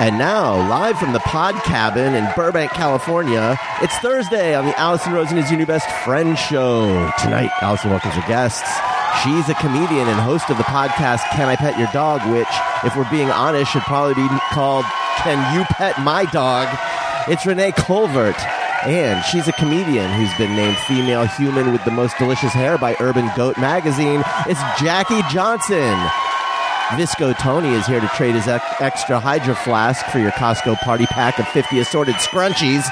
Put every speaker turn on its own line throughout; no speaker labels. And now, live from the pod cabin in Burbank, California, it's Thursday on the Allison Rosen is Your New Best Friend show. Tonight, Allison welcomes her guests. She's a comedian and host of the podcast Can I Pet Your Dog, which, if we're being honest, should probably be called Can You Pet My Dog? It's Renee Colvert. And she's a comedian who's been named Female Human with the Most Delicious Hair by Urban Goat Magazine. It's Jackie Johnson. Visco Tony is here to trade his ex- extra Hydro Flask for your Costco party pack of 50 assorted scrunchies.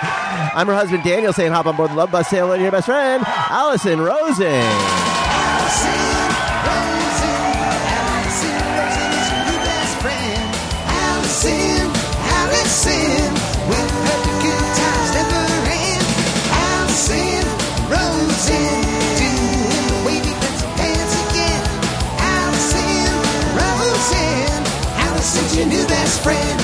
I'm her husband Daniel saying hop on board the love bus, say hello to your best friend, Allison Rosen.
Your new best friend.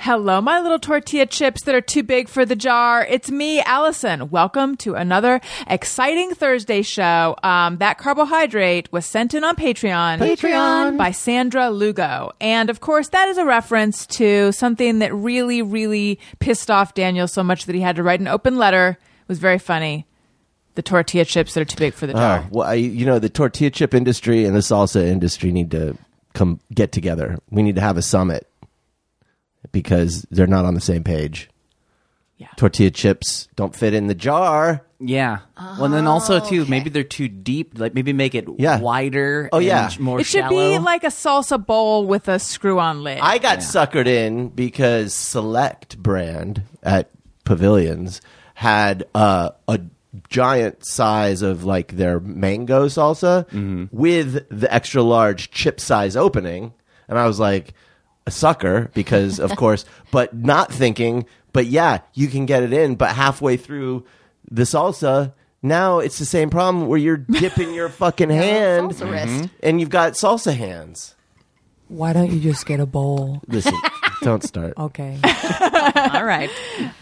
Hello, my little tortilla chips that are too big for the jar. It's me, Allison. Welcome to another exciting Thursday show. Um, that carbohydrate was sent in on Patreon.
Patreon.
By Sandra Lugo. And of course, that is a reference to something that really, really pissed off Daniel so much that he had to write an open letter. It was very funny. The tortilla chips that are too big for the jar.
Oh, well, I, you know, the tortilla chip industry and the salsa industry need to come get together. We need to have a summit because they're not on the same page.
Yeah.
Tortilla chips don't fit in the jar.
Yeah. well, and then also
Oh,
too, maybe they're too deep. Like maybe make it
Yeah.
wider.
Oh,
and
yeah.
sh- more
It should
shallow.
be like a salsa bowl with a screw-on lid.
I got suckered in because Select brand at Pavilions had uh, a giant size of like their mango salsa with the extra large chip size opening, and I was like a sucker because of course, but not thinking. But yeah, you can get it in, but halfway through the salsa. Now it's the same problem where you're dipping your fucking hand
Salsa wrist.
and you've got salsa hands.
Why don't you just get a bowl?
Listen, don't start.
Okay.
All right.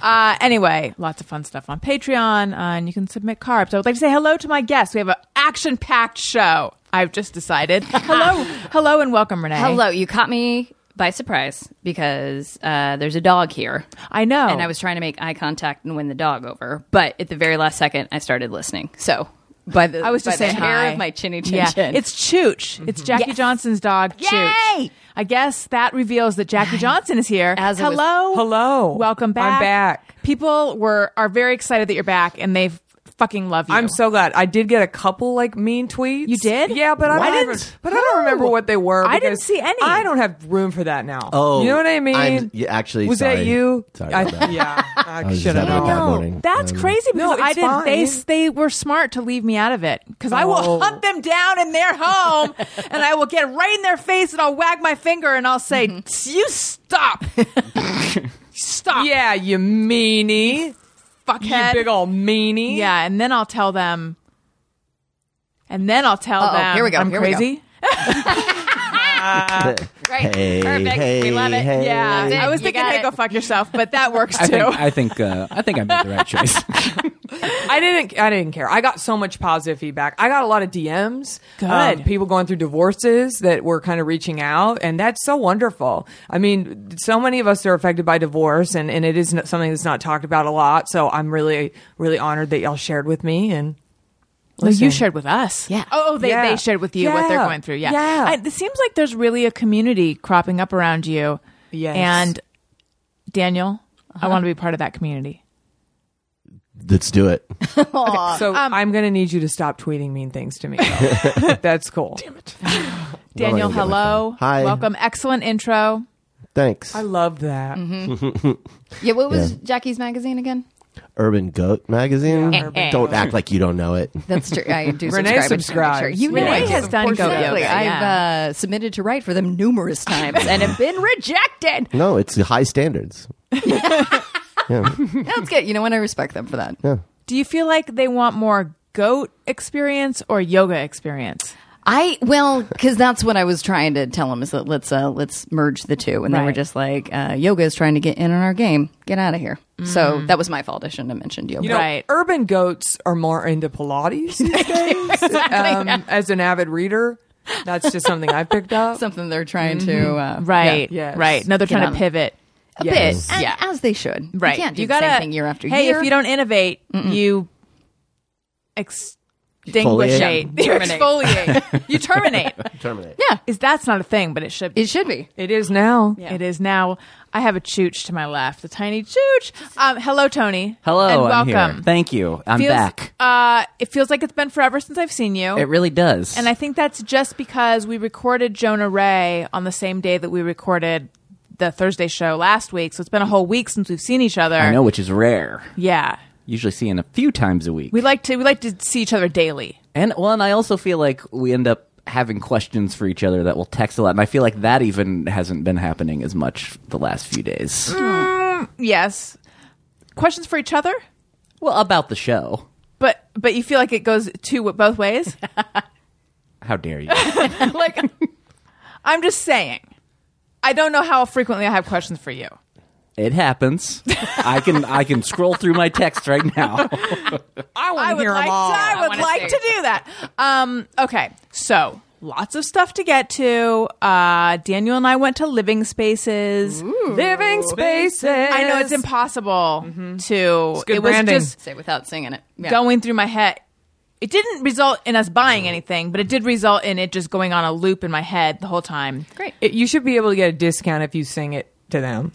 Uh, anyway, lots of fun stuff on Patreon, uh, and you can submit carbs. I would like to say hello to my guests. We have an action-packed show. I've just decided. Hello, hello, and welcome, Renee.
Hello, you caught me by surprise because uh, there's a dog here,
I know,
and I was trying to make eye contact and win the dog over, but at the very last second, I started listening. So by the
I was
by
just
the
saying
hair
hi.
of my chinny chin
Yeah.
chin.
It's Chooch. It's Jackie
Yes.
Johnson's dog. Chooch.
Yay!
I guess that reveals that Jackie Johnson is here.
As it was-
hello,
Hello.
welcome
I'm
back.
back.
People were are very excited that you're back, and they fucking love you.
I'm so glad. I did get a couple like mean tweets.
You did?
Yeah, but I
What?
don't remember, but I don't remember what they were.
I didn't
because
see any.
I don't have room for that now.
Oh,
you know what I mean?
I'm- yeah, actually,
was that
sorry.
you?
Sorry
I,
about that.
Yeah, I
was
should
just
have
having a bad
known.
morning.
That's
Mm.
Um,
crazy
No,
because I
it's
didn't. They
fine.
they were smart to leave me out of it because I will
Oh.
hunt them down in their home and I will get right in their face and I'll wag my finger and I'll say,
Mm-hmm.
"You stop, stop,
Yeah, you meanie,
fuckhead,
you big old meanie.
yeah." And then I'll tell them, and then I'll tell
Uh-oh,
them,
here we go,
I'm
here we go.
crazy.
Right.
Hey,
Perfect.
hey,
we love it.
hey.
Yeah,
That's it.
I was
You
thinking,
got
"Hey,
it.
go fuck yourself," but that works too.
I think I think uh, I think I made the right choice.
I didn't. I didn't care. I got so much positive feedback. I got a lot of DMs. I
Good.
had people going through divorces that were kind of reaching out, and that's so wonderful. I mean, so many of us are affected by divorce, and and it is not- something that's not talked about a lot. So I'm really really honored that y'all shared with me and.
No, you
Listen.
shared with us.
Yeah.
Oh, oh, they,
Yeah.
they shared with you what they're
Yeah.
going through. Yeah.
Yeah.
I, it seems like there's really a community cropping up around you.
Yes. Uh-huh.
And Daniel, I want to be part of that community.
Let's do it.
So
um,
I'm going to need you to stop tweeting mean things to me. though. that's cool.
Daniel,
I can get my
hello.
phone. Hi.
Welcome. Excellent intro.
Thanks.
I love that.
Mm-hmm.
Yeah, what was Jackie's magazine again?
Urban Goat magazine.
Yeah, Urban
don't
Goat.
act like you don't know it.
That's true. I do
Renee
subscribe. I just wanna make sure.
subscribes.
You know
Renee
I do.
has done goat
Exactly.
yoga,
I've
yeah.
uh, submitted to write for them numerous times and have been rejected.
No, it's high standards.
That's good. You know what? I respect them for that.
Do you feel like they want more goat experience or yoga experience?
I well, because that's what I was trying to tell them is that let's uh, let's merge the two, and they were
Right.
just like, uh, yoga is trying to get in on our game. Get out of here.
Mm.
So that was my fault. I shouldn't have mentioned yoga.
You know,
Right.
urban goats are more into Pilates these days. um, As an avid reader, That's just something I've picked up.
Something they're trying to uh,
Mm-hmm. Right.
Yeah. Yes.
Right. No, they're
Get
trying
on
to
it.
pivot.
a
Yes.
bit, and
Yeah.
as they should.
Right.
you can't do the same thing year after
hey,
year.
if you don't innovate, you extinguish
Exfoliate.
it. You
Terminate.
exfoliate. you terminate.
Terminate.
Yeah. Is that's not a thing, but it should be.
it should be.
It is now.
It is now. I have a chooch to my left, a tiny chooch. Um, hello, Tony.
Hello,
and
I'm
welcome.
here. Thank you. I'm
Feels-
back.
Uh, it feels like it's been forever since I've seen you.
It really does.
and I think that's just because we recorded Jonah Ray on the same day that we recorded the Thursday show last week. So it's been a whole week since we've seen each other.
I know, which is rare.
Yeah.
Usually seeing a few times a week.
We like to we like to see each other daily.
And well, and I also feel like we end up having questions for each other that we'll text a lot, and I feel like that even hasn't been happening as much the last few days.
Mm. Yes. Questions for each other?
Well, about the show.
But but you feel like it goes two both ways?
How dare you?
like I'm just saying. I don't know how frequently I have questions for you.
it happens. I can I can scroll through my text right now.
I want
I
to
would
hear
like
them
to,
all.
I would
wanna
like
see.
to do that. Um, okay, so lots of stuff to get to. Uh, Daniel and I went to Living Spaces.
Living spaces. Mm-hmm.
I know it's impossible to.
good
it was
branding.
just
Say without singing it. Yeah.
going through my head. It didn't result in us buying anything, but it did result in it just going on a loop in my head the whole time.
Great.
It- you should be able to get a discount if you sing it to them.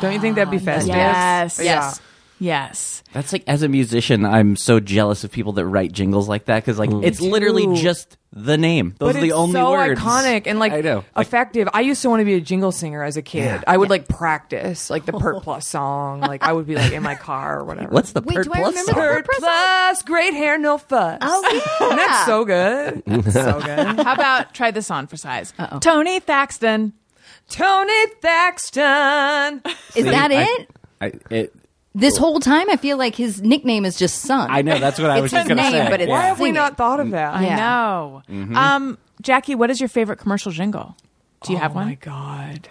Don't you think that'd be festive?
Yes.
Yeah.
Yes.
Yes.
That's like as a musician, I'm so jealous of people that write jingles like that because like it's literally just the name. Those
But
are the
it's
only
so
words.
iconic and like
I know. Like-
effective. I used to want to be a jingle singer as a kid. I would like practice like the Pert Plus song. Like I would be like in my car or whatever.
What's the
Wait,
Pert
do I
Plus
remember
song?
the
Pert Plus? Great hair, no fuss.
Oh, yeah.
That's so good.
Mm-hmm.
That's so good.
How about try this on for size? Tony Thaxton.
Tony Thaxton.
Is that
I-
it?
I, it?
This whole time, I feel like his nickname is just sung.
I know. That's what I
It's
was just
his
gonna
name,
say.
but it's
Yeah.
Why have we
Sing it.
not thought of that?
Yeah.
No. Um, Jackie, what is your favorite commercial jingle? Do you have
Oh my
one?
god,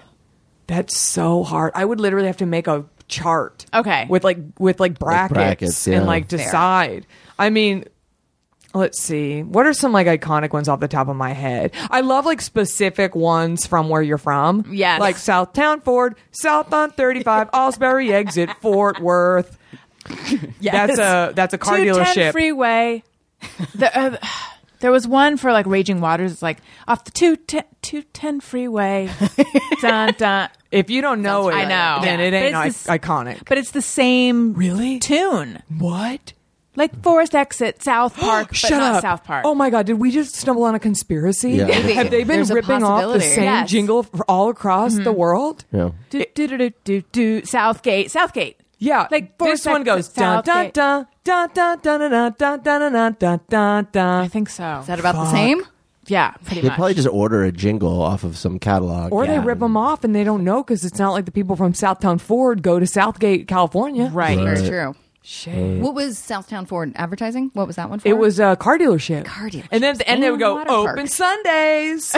that's so hard. I would literally have to make a chart.
Okay.
with like with like brackets,
brackets, yeah.
and like decide. I mean. Let's see. What are some like iconic ones off the top of my head? I love like specific ones from where you're from.
Yes.
Like Southtown Ford, South on 35, Osbury exit, Fort Worth. That's a that's a car
210
dealership.
freeway. The, uh, there was one for like Raging Waters. It's like off the 210, 210 freeway. dun, dun.
if you don't know it,
I know.
then it
Yeah.
ain't
But
I-
it's
iconic.
But it's the same
Really?
tune.
what?
Like Forest Exit, South Park, but
Shut
not
up.
South Park.
Oh my God, did we just stumble on a conspiracy?
Yeah. Maybe.
Have they been
There's a
ripping off the
possibility.
same
Yes.
jingle f- all across the world?
Yeah.
do, do, do, do, do, do, Southgate, Southgate.
Yeah,
Like Forest
this one
Exit,
goes dun dun
Southgate.
dun dun dun dun dun dun dun dun dun dun
I
dun.
think so.
Is that about the same?
yeah, pretty
They
much.
probably just order a jingle off of some catalog.
Or they
Yeah.
rip them off and they don't know because it's not like the people from Southtown Ford go to Southgate, California.
right.
Very true.
Shit.
What was Southtown Ford advertising? What was that one for?
It was a car dealership.
Car dealership.
And then at the end, they would go,
And water
open
parks.
Sundays.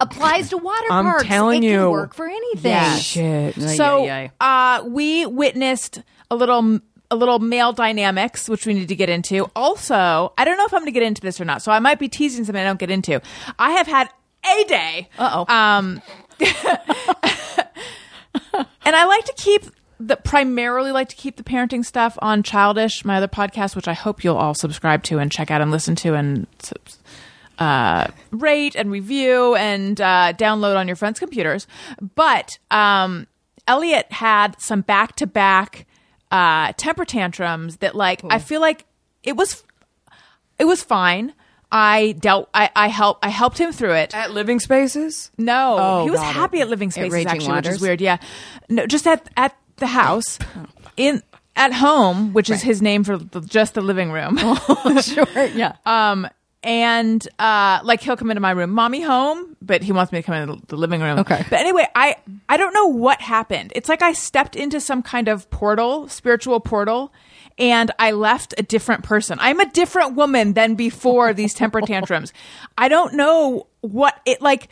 applies to water
I'm
parks.
telling
it
you.
can work for anything.
Shit.
So Uh, we witnessed a little a little male dynamics, which we need to get into. Also, I don't know if I'm going to get into this or not, so I might be teasing something I don't get into. I have had a day, Um,
Uh oh.
and I like to keep the primarily like to keep the parenting stuff on childish, my other podcast, which I hope you'll all subscribe to and check out and listen to and. subs- Uh, rate and review and uh, download on your friends' computers. But um, Elliot had some back to back temper tantrums that, like, I feel like it was it was fine. I dealt. I I help. I helped him through it.
At Living Spaces?
No,
Uh, Oh,
he was
got it.
happy at Living Spaces
Raging
actually, which is
Waters?
weird. Yeah, no, just at at the house in at home, which is his name for the, just the living room.
sure. Yeah.
and uh, like he'll come into my room, mommy home, but he wants me to come into the living room.
Okay.
But anyway, I I don't know what happened. It's like I stepped into some kind of portal, spiritual portal, and I left a different person. I'm a different woman than before these temper tantrums. I don't know what it like.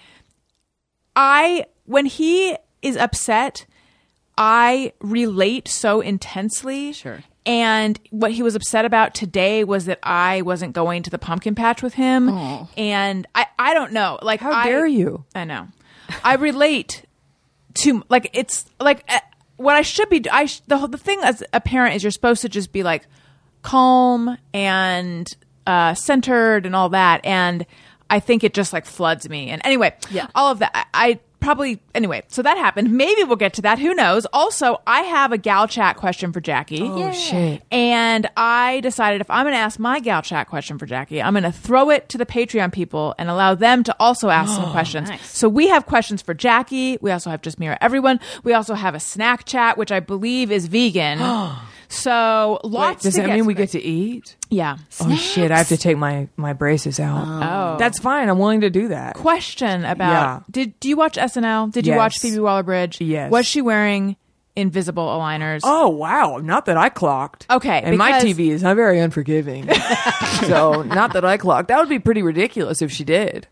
I when he is upset, I relate so intensely.
Sure.
And what he was upset about today was that I wasn't going to the pumpkin patch with him. And I, I don't know. Like,
How
I-
dare you.
I know. I relate to like it's like uh, what I should be. I sh- the whole- the thing as a parent is you're supposed to just be like calm and uh, centered and all that. And I think it just like floods me. And anyway,
Yeah.
all of that. I, I probably anyway. So that happened. Maybe we'll get to that. Who knows? Also, I have a gal chat question for Jackie.
Oh shit.
And I decided if I'm going to ask my gal chat question for Jackie, I'm going to throw it to the Patreon people and allow them to also ask
Oh,
some questions. So we have questions for Jackie. We also have Just Mirror Everyone. We also have a snack chat, which I believe is vegan. so lots.
Does
to
that mean we
through.
get to eat?
Yeah.
Oh shit! I have to take my my braces out.
Oh.
That's fine. I'm willing to do that.
question about
Yeah.
did do you watch SNL? Did you
Yes.
watch Phoebe Waller Bridge?
Yes.
Was she wearing invisible aligners?
Oh wow! Not that I clocked.
Okay,
and my
because-
TV is not very unforgiving, so not that I clocked. That would be pretty ridiculous if she did.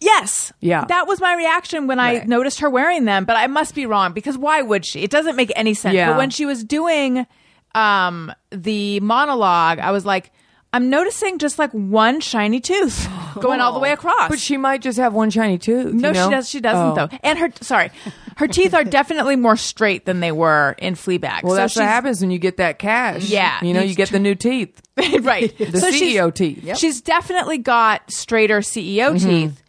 Yes.
Yeah.
That was my reaction when I
Right.
noticed her wearing them, but I must be wrong because why would she? It doesn't make any sense.
Yeah.
But when she was doing um the monologue, I was like, I'm noticing just like one shiny tooth going all the way across.
But she might just have one shiny tooth.
no,
you know?
she does. She doesn't
Oh.
though. And her sorry, her teeth are definitely more straight than they were in Fleabag.
Well,
so
that's what
she's-
happens when you get that cash.
Yeah.
you know,
You
you get the new teeth,
right.
the
So she's-
CEO teeth. Mm-hmm.
She's definitely got straighter CEO teeth.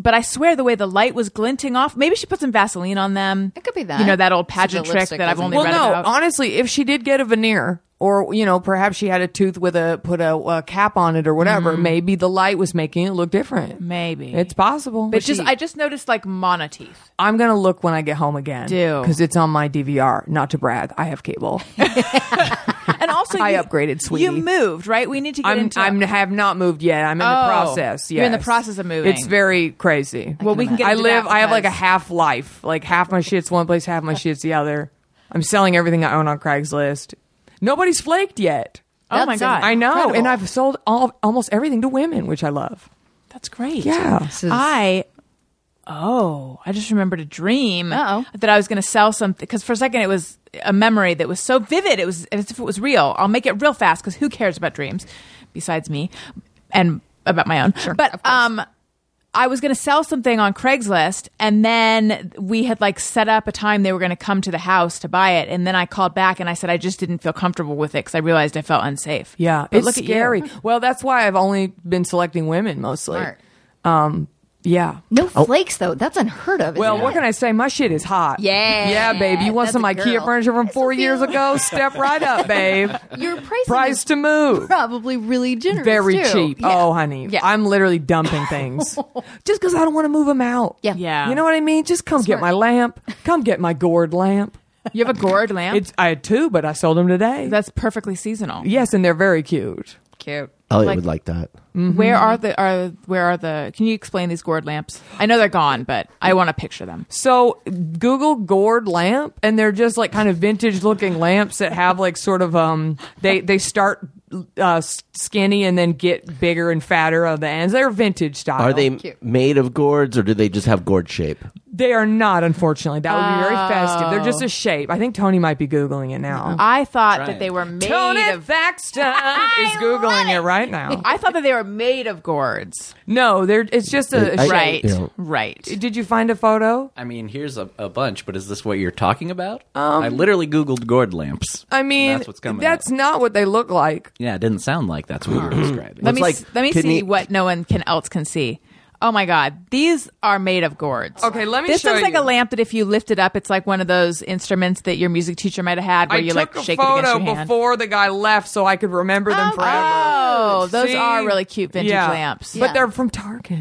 But I swear the way the light was glinting off, maybe she put some Vaseline on them.
It could be that.
You know, that old
So the
pageant trick
lipstick
that I've
doesn't-
only
Well,
read
no,
about.
honestly, if she did get a veneer, or you know, perhaps she had a tooth with a put a, uh cap on it or whatever,
Mm-hmm.
maybe the light was making it look different.
maybe.
It's possible.
but just I just noticed like mono teeth.
I'm gonna look when I get home again.
Do.
because it's on my DVR. Not to brag, I have cable.
And also
I
you-
upgraded, sweetie.
You moved, right? We need to get
I'm
into
I'm have not moved yet. I'm in
Oh,
the process.
you're in the
yes.
process of moving.
It's very crazy.
Well, we can get
I
into
live.
that
I have like a
because-
half life. Like half my shit's one place, half my shit's the other. I'm selling everything I own on Craigslist. Nobody's flaked yet.
Oh my
That's
god.
I know, and
Incredible.
I've sold all, almost everything to women, which I love.
That's great.
Yeah.
This is-
I oh, I just remembered a dream
Uh-oh.
that I was going to sell something because for a second it was a memory that was so vivid. It was as if it was real. I'll make it real fast because who cares about dreams besides me and about my own. but um. I was going to sell something on Craigslist and then we had like set up a time they were going to come to the house to buy it and then I called back and I said I just didn't feel comfortable with it cuz I realized I felt unsafe.
Yeah,
But
it's
look at you.
scary. Well, that's why I've only been selecting women mostly.
Smart.
Yeah.
No flakes though. That's unheard of.
Oh. Well, what can I say? My shit is hot.
Yeah.
Yeah, babe. You want
That's
some
a
IKEA
girl.
furniture from
That's
four
a
years
girl.
ago? Step right up, babe.
Your price
Price to move.
probably really generous.
Very
too.
cheap.
Yeah.
Oh, honey.
Yeah.
I'm literally dumping things just because I don't want to move them out.
Yeah.
Yeah.
You know what I mean? Just come get my lamp. Come get my gourd lamp.
You have a gourd lamp?
It's I had two, but I sold them today.
That's perfectly seasonal.
yes, and they're very cute.
cute.
Elliot
Like-
would like that.
mm-hmm.
Where are the are where are the? Can you explain these gourd lamps? I know they're gone, but I want to picture them.
So Google gourd lamp, and they're just like kind of vintage looking lamps that have like sort of um they they start uh, s- skinny and then get bigger and fatter on the ends. They're vintage style.
Are they made of gourds or do they just have gourd shape?
They are not, unfortunately. That would be very festive. They're just a shape. I think Tony might be googling it now.
I thought that
Right.
they were made
Tony
of.
Thaxton is googling it. right now.
I thought that they were made of gourds.
No, they're it's just a, a
I-
shape.
Right,
Yeah.
right.
Did you find a photo?
I mean, here's a, a bunch, but is this what you're talking about? I literally Googled gourd lamps.
I mean,
that's what's coming.
that's
up.
not what they look like.
yeah. It didn't sound like that's what you were describing.
Let me
like
s let me
kidney-
see what no one can else can see. Oh my God, these are made of gourds.
Okay, let me
This
show
looks like
you.
a lamp that if you lift it up, it's like one of those instruments that your music teacher might have had, where
I
you like
took a
shake it
photo
against your hand.
before the guy left, so I could remember them forever.
Oh, those
See?
are really cute vintage
Yeah.
lamps.
but
Yeah.
they're from Target.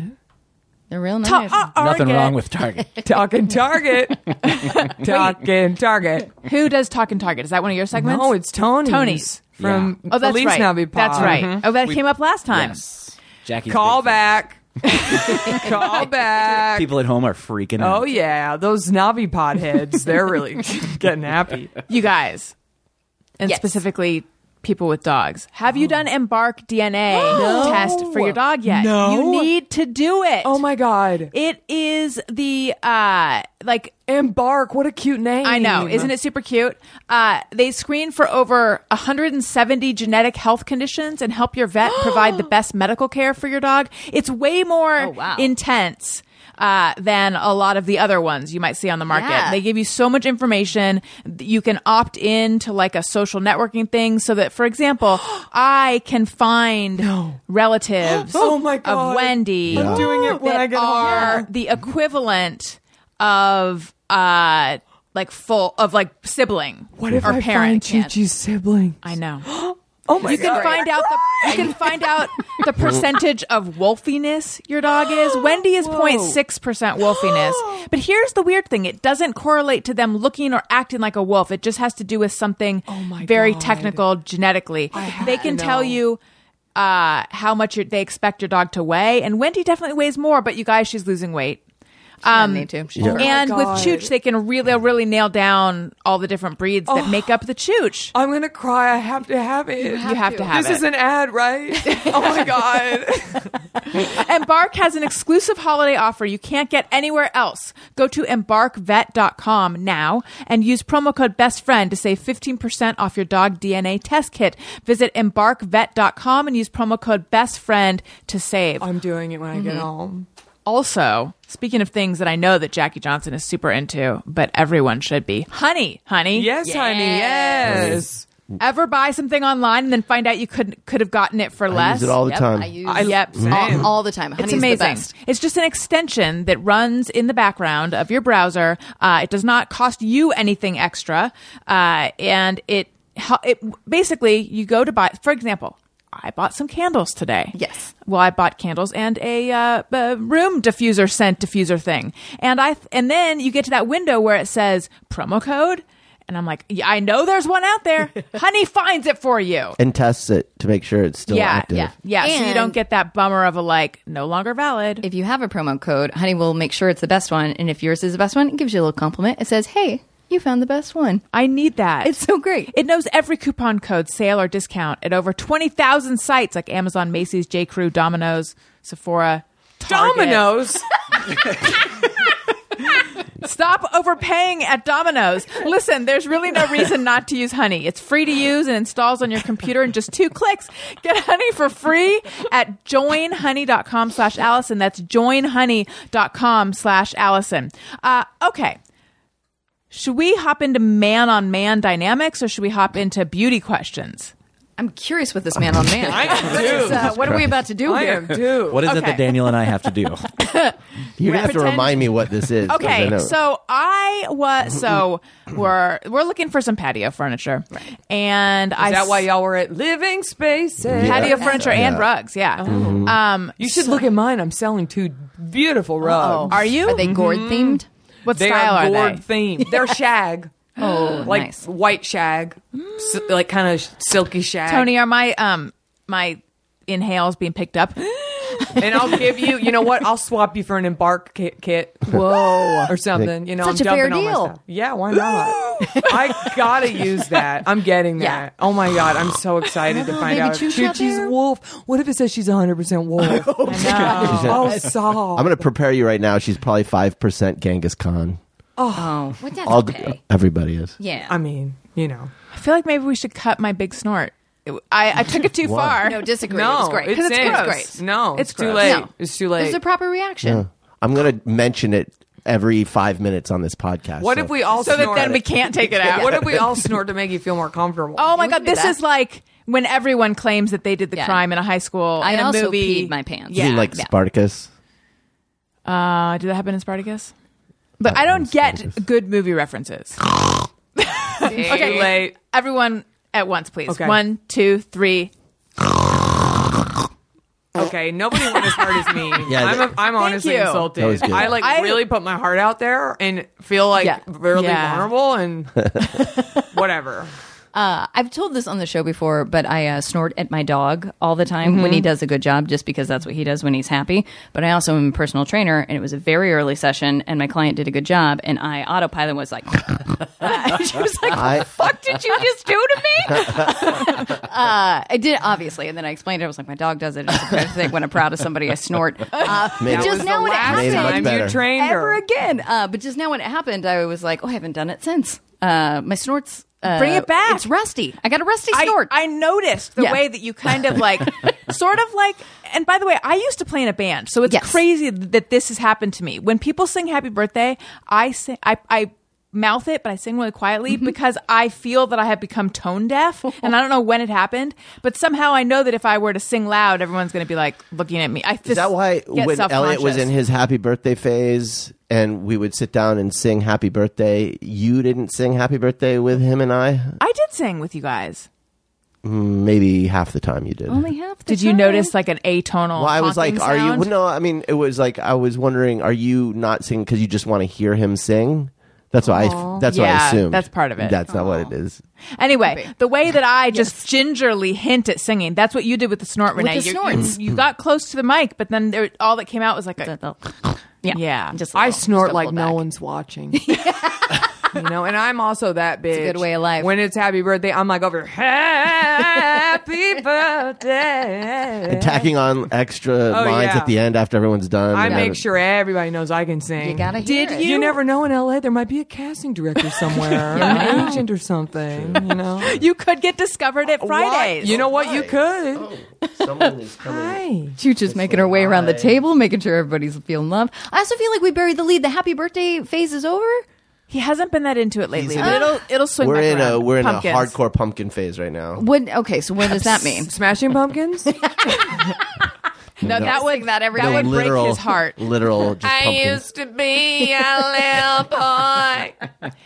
They're real nice.
Ta- uh,
Nothing
Target.
wrong with Target.
Talking Target, talking Target.
Who does Talk and Target? Is that one of your segments?
No, it's Tony's.
Tony's.
from
Oh, that's
Feliz
right.
Navidad. Mm-hmm.
That's right. Oh, that
We-
came up last time.
yes. Jackie's
Call
big fan.
back. Call back.
People at home are freaking out.
Oh yeah, those Navi pod heads, they're really getting happy.
You guys, and
Yes.
specifically people with dogs. Have
Oh.
you done embark DNA test for your dog yet?
No.
You need to do it.
Oh my god.
It is the uh like
Embark, what a cute name.
I know, isn't it super cute? Uh, they screen for over 170 genetic health conditions and help your vet provide the best medical care for your dog. It's way more
Oh, wow.
intense. Uh, than a lot of the other ones you might see on the market.
Yeah.
They give you so much information. that You can opt in to like a social networking thing so that, for example, I can find relatives
Oh my
of
God.
Wendy
I'm doing it when
that
I get
are
home.
the equivalent of uh like full of like sibling
What if
or
I
parent. can't.
find Chi-Chi's sibling?
I know.
Oh my
You
god.
can find out the you can find out the percentage of wolfiness your dog is. Wendy is 0.6% wolfiness. But here's the weird thing. It doesn't correlate to them looking or acting like a wolf. It just has to do with something
Oh my
very
God.
technical genetically.
have
They
to
can tell
know.
you uh, how much your, they expect your dog to weigh. And Wendy definitely weighs more, but you guys, she's losing weight.
Um, me too. She's perfect.
and with
Oh God.
Chooch, they can really, they'll really nail down all the different breeds
Oh.
that make up the Chooch.
I'm gonna cry. I have to have it.
You have to have
this
it.
is an ad, right? oh my god.
Embark has an exclusive holiday offer you can't get anywhere else. Go to embarkvet.com now and use promo code BESTFRIEND to save 15% off your dog DNA test kit. Visit embarkvet.com and use promo code BESTFRIEND to save.
I'm doing it when I get
Mm-hmm.
home.
Also, speaking of things that I know that Jackie Johnson is super into, but everyone should be, honey, honey.
Yes, honey. Yes.
Ever buy something online and then find out you couldn't could have gotten it for
I
less?
use it all the
Yep,
time.
I use
I-
Yep.
all, all the time. Honey's
it's
The
amazing.
best.
It's just an extension that runs in the background of your browser. Uh, it does not cost you anything extra, uh, and it hel- it basically you go to buy. For example, I bought some candles today.
Yes.
Well, I bought candles and a uh, uh, room diffuser scent diffuser thing, and I and then you get to that window where it says promo code. And I'm like, yeah, I know there's one out there. Honey finds it for you.
and tests it to make sure it's still
yeah,
active.
yeah, yeah. so you
And-
don't get that bummer of a like, no longer valid.
If you have a promo code, Honey will make sure it's the best one. And if yours is the best one, it gives you a little compliment. It says, "Hey, you found the best one."
I need that.
It's so great.
It knows every coupon code, sale, or discount at over 20,000 sites like Amazon, Macy's, J. Crew, Domino's, Sephora. Target.
Dominoes.
Stop overpaying at Domino's. Listen, there's really no reason not to use Honey. It's free to use and installs on your computer in just two clicks. Get Honey for free at joinhoney.com slash Allison. That's joinhoney.com slash Allison. Uh, okay. Should we hop into man on man dynamics or should we hop into beauty questions?
I'm curious with this man on man. What is, uh, what are we about to do
I
here?
am too.
What is it
Okay.
that Daniel and I have to do?
You're gonna have to
Pretend-
remind me what this is. 'cause I
Okay,
know.
so I was so we're we're looking for some patio furniture, and I
Is that why
s-
y'all were at Living Spaces?
patio furniture and rugs? Yeah. Um,
You should look at mine. I'm selling two beautiful
Oh,
rugs.
are you?
Are they gourd
Mm-hmm.
themed?
what
They
style
are
are,
board
they?
themed. They're shag.
Oh,
Like
nice.
white shag. S- like kind of silky shag.
Tony, are my um my inhales being picked up?
And I'll give you, you know what? I'll swap you for an embark kit, kit
Whoa.
or something. You know,
Such
I'm
a fair
dumping all
deal.
my stuff. Yeah, why not? I gotta use that. I'm getting that.
Yeah.
Oh my god, I'm so excited to find
Maybe
out.
Chooch out
Choochie's
there?
wolf. What if it says she's 100 percent wolf? Oh, Saul.
I'm gonna prepare you right now. She's probably five percent Genghis Khan.
Oh, what that's
All
okay.
everybody is.
Yeah.
I mean, you know,
I feel like maybe we should cut my big snort. It- I, I took it too far.
no, disagree.
no,
it's great.
It's,
it's
in.
gross.
No,
It's
it's, too
gross.
late.
No.
It's too
There's
late.
a proper reaction.
I'm gonna mention it every five minutes on this podcast.
what
so-
if we all
so that
snort?
then we can't take it out.
What if we all snort to make you feel more comfortable?
oh my
You
god,
can do
this
that.
is like when everyone claims that they did the
Yeah.
crime in a high school
I
in a
also
movie.
peed my pants.
You mean
Yeah.
like Spartacus?
Uh, did that happen in Spartacus? But I don't get good movie references.
Too late.
Everyone at once, please.
Okay.
One, two, three.
Okay, nobody went as hard as me.
Oh. Yeah,
I'm, a, I'm honestly
you.
insulted.
That was good.
I like
I-
really put my heart out there and feel like
Yeah.
really
Yeah.
vulnerable and whatever.
Uh, I've told this on the show before, but I uh, snort at my dog all the time when he
Mm-hmm.
does a good job, just because that's what he does when he's happy. But I also am a personal trainer, and it was a very early session, and my client did a good job, and I autopilot was like, she was like,
I-
"What the fuck did you just do to me?" uh, I did obviously, and then I explained it. I was like, "My dog does it." It's a good thing. When I'm proud of somebody, I snort. Uh,
Maybe-
but
That
just
was
now,
the
when it
last
Made it much
happened,
time you
better.
trained
ever
her.
again. Uh, but just now, when it happened, I was like, "Oh, I haven't done it since." Uh, my snorts. Uh,
Bring it back.
It's rusty. I got a rusty snort.
I, I noticed the
Yeah.
way that you kind of like, sort of like, and by the way, I used to play in a band, so it's
Yes.
crazy that this has happened to me. When people sing "Happy Birthday," I sing, I, I mouth it, but I sing really quietly because I feel that I have become tone deaf, and I don't know when it happened, but somehow I know that if I were to sing loud, everyone's going to be like looking at me. I
Is that why
get
when Elliot was
self-conscious.
in his happy birthday phase and we would sit down and sing happy birthday, you didn't sing happy birthday with him and I?
I did sing with you guys.
Maybe half the time you did.
only half. The
Did you
time.
notice like an atonal?
well, I was like,
honking
are you?
sound?
Well, no, I mean, it was like I was wondering, are you not singing because you just want to hear him sing? That's what I. That's what I
Yeah,
assumed.
that's part of it.
That's not what it is.
Anyway, the way that I just gingerly hint at singing, that's what you did with the snort, Renee.
the
You-
snorts.
You, you got close to the mic, but then there, all that came out was like a.
Yeah,
Yeah.
Just a
I
little,
snort
just a
like
little
no
back.
one's watching. you know, and I'm also that bitch.
a good way of life.
When it's happy birthday, I'm like over here, happy birthday.
And tacking on extra
Oh,
lines
yeah.
at the end after everyone's done.
I
and
make
it-
sure everybody knows I can sing.
You gotta hear
Did
it.
You, never know in LA, there might be a casting director somewhere, or an agent or something. You know,
You could get discovered at Fridays.
What? You know what? You could.
Oh, Someone is coming.
Hi.
Chooch making her way around the table, making sure everybody's feeling loved. I also feel like we buried the lead. The happy birthday phase is over.
he hasn't been that into it lately. Ah.
He's
But
in-
it'll it'll swing.
We're
back
in a
around.
we're in
Pumpkins.
a hardcore pumpkin phase right now.
What? Okay, so what does that mean?
Smashing Pumpkins?
No, that would that, every that
The
would
literal,
break his heart.
Literal. Just pumpkins.
to be a little boy.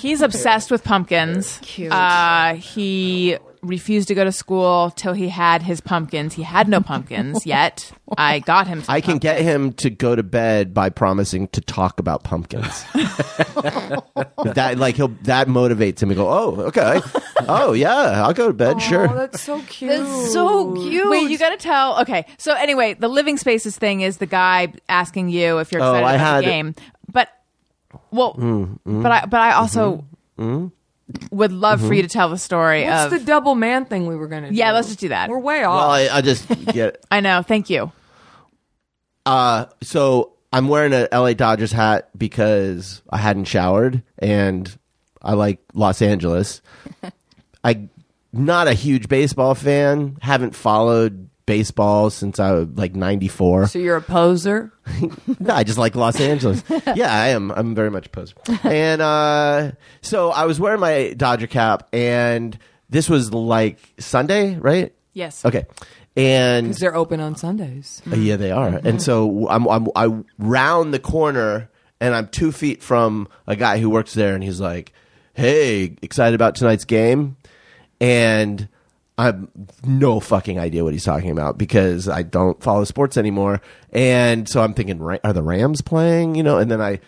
He's obsessed with pumpkins.
Cute.
Uh, he refused to go to school till he had his pumpkins. He had no pumpkins yet. I got him. Some
I can get him to go to bed by promising to talk about pumpkins. that like he'll that motivates him to go. Oh, okay. Oh yeah, I'll go to bed.
Oh,
sure.
that's so cute.
That's so cute.
Wait, you got to tell. Okay, so anyway, the living spaces thing is the guy asking you if you're
Oh,
excited
I had- Mm,
about the game, but well, but I but I also
Mm-hmm.
would love for you to tell the story
What's
of.
the double man thing we were gonna do?
yeah, let's just do that.
We're way
Well,
off.
I, I just get.
I know. Thank you.
Uh, so I'm wearing a LA Dodgers hat because I hadn't showered and I like Los Angeles. I not a huge baseball fan. Haven't followed baseball since I was like 94.
so you're a poser?
No, I just like Los Angeles. yeah, I am. I'm very much a poser. And uh, so I was wearing my Dodger cap, and this was like Sunday, right?
Yes.
Okay. And
Because they're open on Sundays.
Uh, yeah, they are.
Mm-hmm.
And so I'm, I'm I round the corner, and I'm two feet from a guy who works there, and he's like, "Hey, excited about tonight's game?" And I've no fucking idea what he's talking about because I don't follow sports anymore. And so I'm thinking, Ra- are the Rams playing? You know, and then I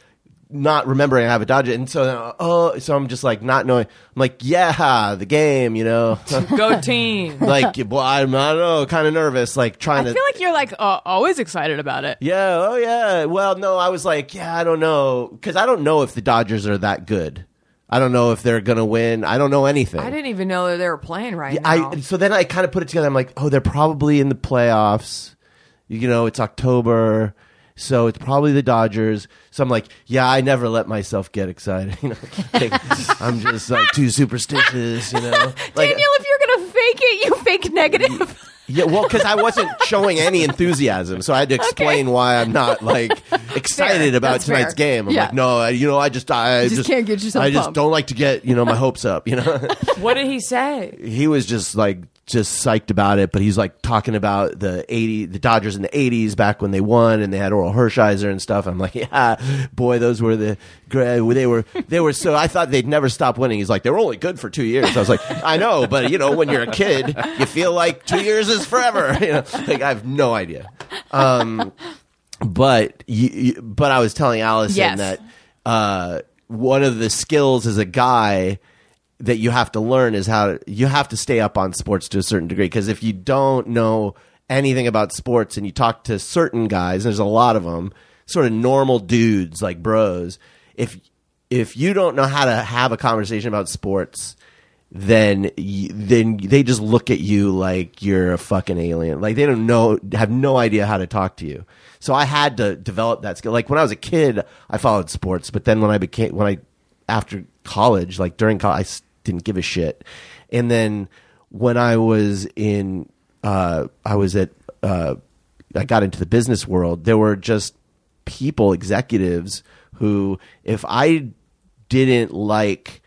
not remembering I have a Dodger, and so uh, oh, so I'm just like not knowing. I'm like, yeah, the game, you know,
Go team.
like well, I'm I don't know, kind of nervous, like
I
trying to
feel like you're like uh, always excited about it.
yeah. Oh, yeah. Well, no, I was like, yeah, I don't know. Because I don't know if the Dodgers are that good. I don't know if they're going to win. I don't know anything.
I didn't even know that they were playing right now.
I, so then I kind of put it together. I'm like, oh, they're probably in the playoffs. You know, it's October. So it's probably the Dodgers. So I'm like, yeah, I never let myself get excited. You know, like, I'm just like too superstitious. You know, like,
Daniel, if you're gonna fake it, you fake negative.
yeah, well, because I wasn't showing any enthusiasm, so I had to explain why I'm not like excited
Fair.
about
That's
tonight's
fair.
game. I'm
Yeah.
like, no, I, you know, I just, I
just can't get yourself
I just
pumped.
don't like to get you know my hopes up. You know,
what did he say?
he was just like just psyched about it, but he's like talking about the eighty, the Dodgers in the '80s back when they won and they had Oral Hershiser and stuff. I'm like, yeah, boy, those were the gra- they were they were so I thought they'd never stop winning. He's like, they were only good for two years. I was like, I know, but you know, when you're a kid, you feel like two years is forever. You know, like I have no idea. Um, but you, you, but I was telling Allison
Yes.
that uh, one of the skills as a guy that you have to learn is how to, you have to stay up on sports to a certain degree because if you don't know anything about sports and you talk to certain guys, there's a lot of them, sort of normal dudes like bros. If if you don't know how to have a conversation about sports, then y- then they just look at you like you're a fucking alien. Like they don't know, have no idea how to talk to you. So I had to develop that skill. Like when I was a kid, I followed sports, but then when I became when I after college, like during college, I s- didn't give a shit. And then when I was in, uh, I was at, uh, I got into the business world. There were just people, executives who, if I didn't like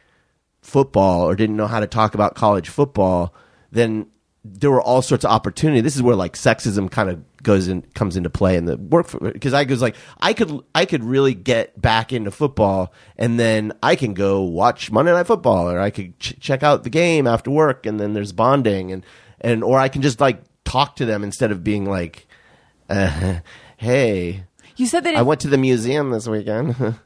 football or didn't know how to talk about college football, then there were all sorts of opportunity. This is where like sexism kind of goes and in, comes into play in the work because I was like I could I could really get back into football and then I can go watch Monday Night Football or I could ch- check out the game after work and then there's bonding and and or I can just like talk to them instead of being like, uh, hey,
You said that
I
if-
went to the museum this weekend.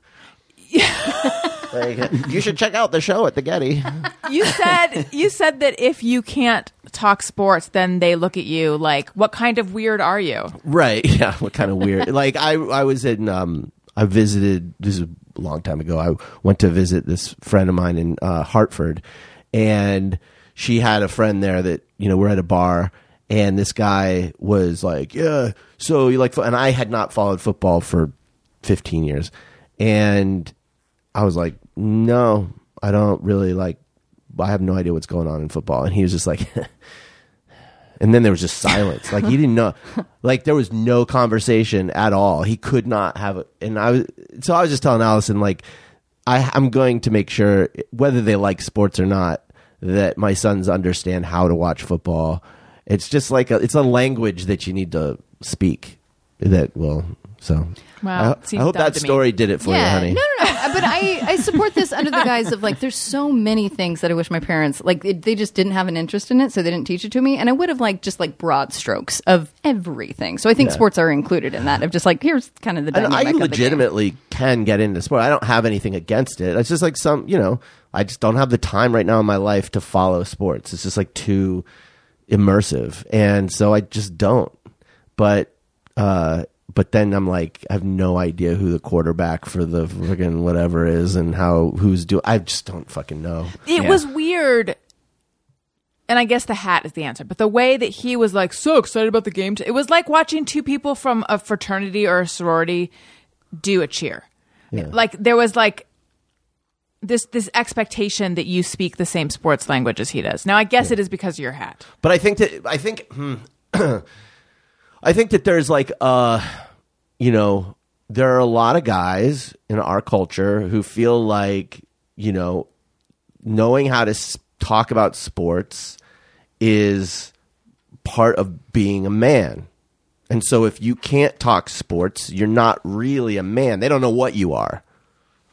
like, you should check out the show at the Getty.
you said you said that if you can't talk sports, then they look at you like, "What kind of weird are you?"
Right. Yeah. What kind of weird? like I, I was in, um, I visited. This is a long time ago. I went to visit this friend of mine in uh, Hartford, and she had a friend there that you know we're at a bar, and this guy was like, "Yeah, so you like," fo-" and I had not followed football for fifteen years, and I was like, "No, I don't really like. I have no idea what's going on in football," and he was just like. And then there was just silence. Like he didn't know. Like there was no conversation at all. He could not have. A, and I was so I was just telling Allison like I I'm going to make sure whether they like sports or not that my sons understand how to watch football. It's just like a, it's a language that you need to speak. That will so.
Wow,
I,
seems
I hope
dumb
that
to me.
story did it for you, honey.
No, no, no. But I, I support this under the guise of like, there's so many things that I wish my parents like it, they just didn't have an interest in it, so they didn't teach it to me, and I would have like just like broad strokes of everything. So I think sports are included in that of just like here's kind of the
And
dynamic.
I
of the game.
legitimately can get into sport. I don't have anything against it. It's just like some, you know, I just don't have the time right now in my life to follow sports. It's just like too immersive, and so I just don't. But, uh, but then I'm like, I have no idea who the quarterback for the friggin' whatever is, and how who's do. I just don't fucking know.
It was weird. And I guess the hat is the answer, but the way that he was like so excited about the game, t- it was like watching two people from a fraternity or a sorority do a cheer. Like there was like this this expectation that you speak the same sports language as he does. Now I guess it is because of your hat.
But I think that I think hmm, I think that there's like uh you know there are a lot of guys in our culture who feel like you know knowing how to s- talk about sports is part of being a man. And so if you can't talk sports, you're not really a man. They don't know what you are.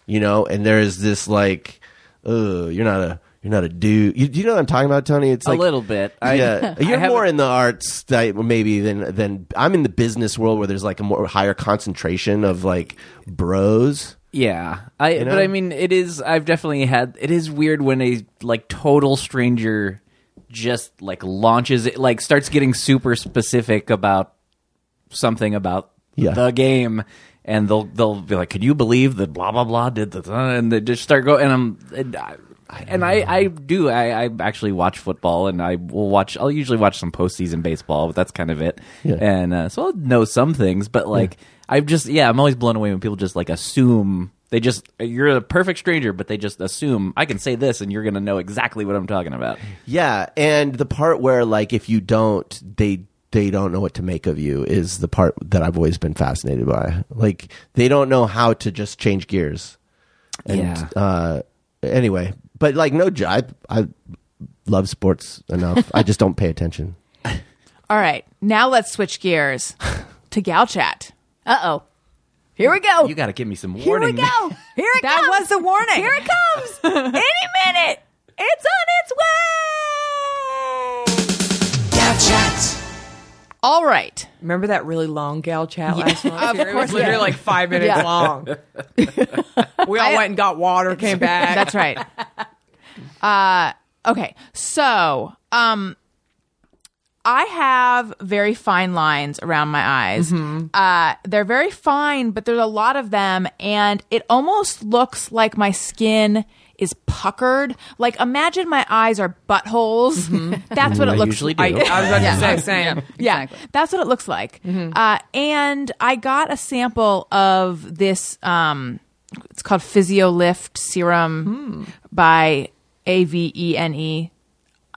You know, and there's this like oh, you're not a you're not a dude. You, you know what I'm talking about, Tony? It's
a
like
little bit. I,
yeah,
I
you're
haven't-
more in the arts type, maybe than than I'm in the business world where there's like a more higher concentration of like bros.
Yeah, I.
know?
But I mean, it is. I've definitely had. It is weird when a like total stranger just like launches it, like starts getting super specific about something about
Yeah.
the game, and they'll they'll be like, "Could you believe that blah blah blah did the?" And they just start going, and I'm. And I, and I, I do I, I actually watch football and I will watch I'll usually watch some postseason baseball but that's kind of it
Yeah.
and uh, so I'll know some things but like I've just yeah I'm always blown away when people just like assume they just you're a perfect stranger but they just assume I can say this and you're gonna know exactly what I'm talking about
Yeah, and the part where like if you don't, they they don't know what to make of you is the part that I've always been fascinated by. Like they don't know how to just change gears. And,
Yeah.
Uh, anyway, but like no, j- I I love sports enough. I just don't pay attention.
All right, now let's switch gears to gal chat.
Uh oh, here we go.
you gotta give me some
here we
warning
go. Here it
That
comes.
was the warning.
Here it comes. Any minute, it's on its way.
Gal chat.
All right.
Remember that really long gal chat last month?
Of
It was
course we
literally
did.
like five minutes
Yeah.
long. we all went and got water, came back.
That's right. Uh, okay. So, um, I have very fine lines around my eyes.
Mm-hmm.
Uh, they're very fine, but there's a lot of them, and it almost looks like my skin is puckered. Like imagine my eyes are buttholes.
Mm-hmm.
That's what it
I
looks
usually
like.
do.
I, I was about to say same.
Yeah,
Exactly.
that's what it looks like.
Mm-hmm.
Uh, and I got a sample of this. Um, it's called Physio Lift
Hmm.
Serum by A V E N E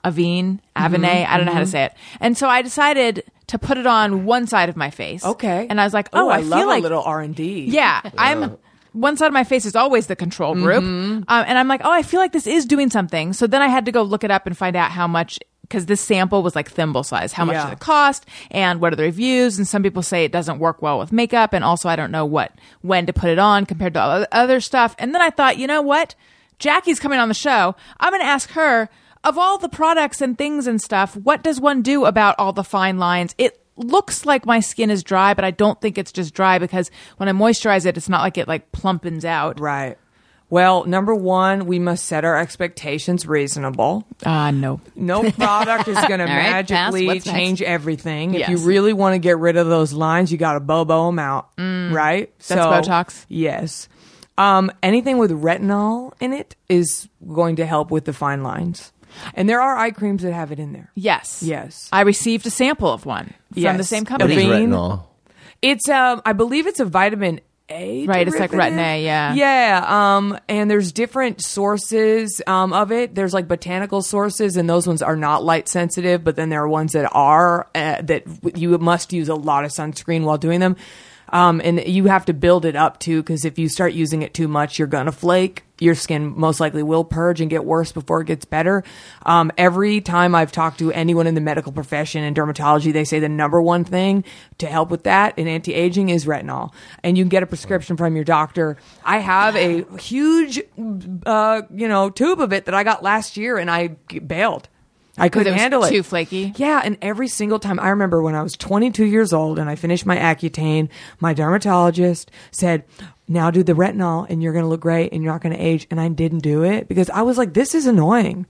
Avene
Mm-hmm.
Avene. I don't know how to say it. And so I decided to put it on one side of my face.
Okay.
And I was like, oh,
Ooh,
I, feel
love
like
a little R and D.
yeah, I'm one side of my face is always the control group,
Mm-hmm.
um, and I'm like, oh, I feel like this is doing something. So then I had to go look it up and find out how much because this sample was like thimble size. How much
Yeah.
did it cost, and what are the reviews? And some people say it doesn't work well with makeup, and also I don't know what when to put it on compared to all the other stuff. And then I thought, you know what, Jackie's coming on the show. I'm going to ask her. Of all the products and things and stuff, what does one do about all the fine lines? It looks like my skin is dry, but I don't think it's just dry because when I moisturize it, it's not like it like plumpens out.
Right. Well, number one, we must set our expectations reasonable.
Ah, no.
No product is going to
right, pass.
magically
What's next?
change everything. If
Yes.
you really want to get rid of those lines, you got to bobo them out,
Mm.
right?
That's Botox.
Yes. Um, anything with retinol in it is going to help with the fine lines. And there are eye creams that have it in there.
Yes.
Yes.
I received a sample of one from
Yes.
the same
What
company.
is
Avene?
retinol?
It's um, I believe it's a vitamin A.
Right, it's like
derivative.
retin A, yeah.
Yeah. Um, and there's different sources um of it. There's like botanical sources, and those ones are not light sensitive. But then there are ones that are uh, that w- you must use a lot of sunscreen while doing them. Um, and you have to build it up too, because if you start using it too much, you're gonna flake. Your skin most likely will purge and get worse before it gets better. Um, every time I've talked to anyone in the medical profession and dermatology, they say the number one thing to help with that and anti aging is retinol. And you can get a prescription from your doctor. I have a huge, uh, you know, tube of it that I got last year and I g- bailed. I couldn't
it was
handle it.
too flaky?
Yeah, and every single time I remember when I was 22 years old and I finished my Accutane, my dermatologist said, "Now do the retinol and you're going to look great and you're not going to age." And I didn't do it because I was like, "This is annoying."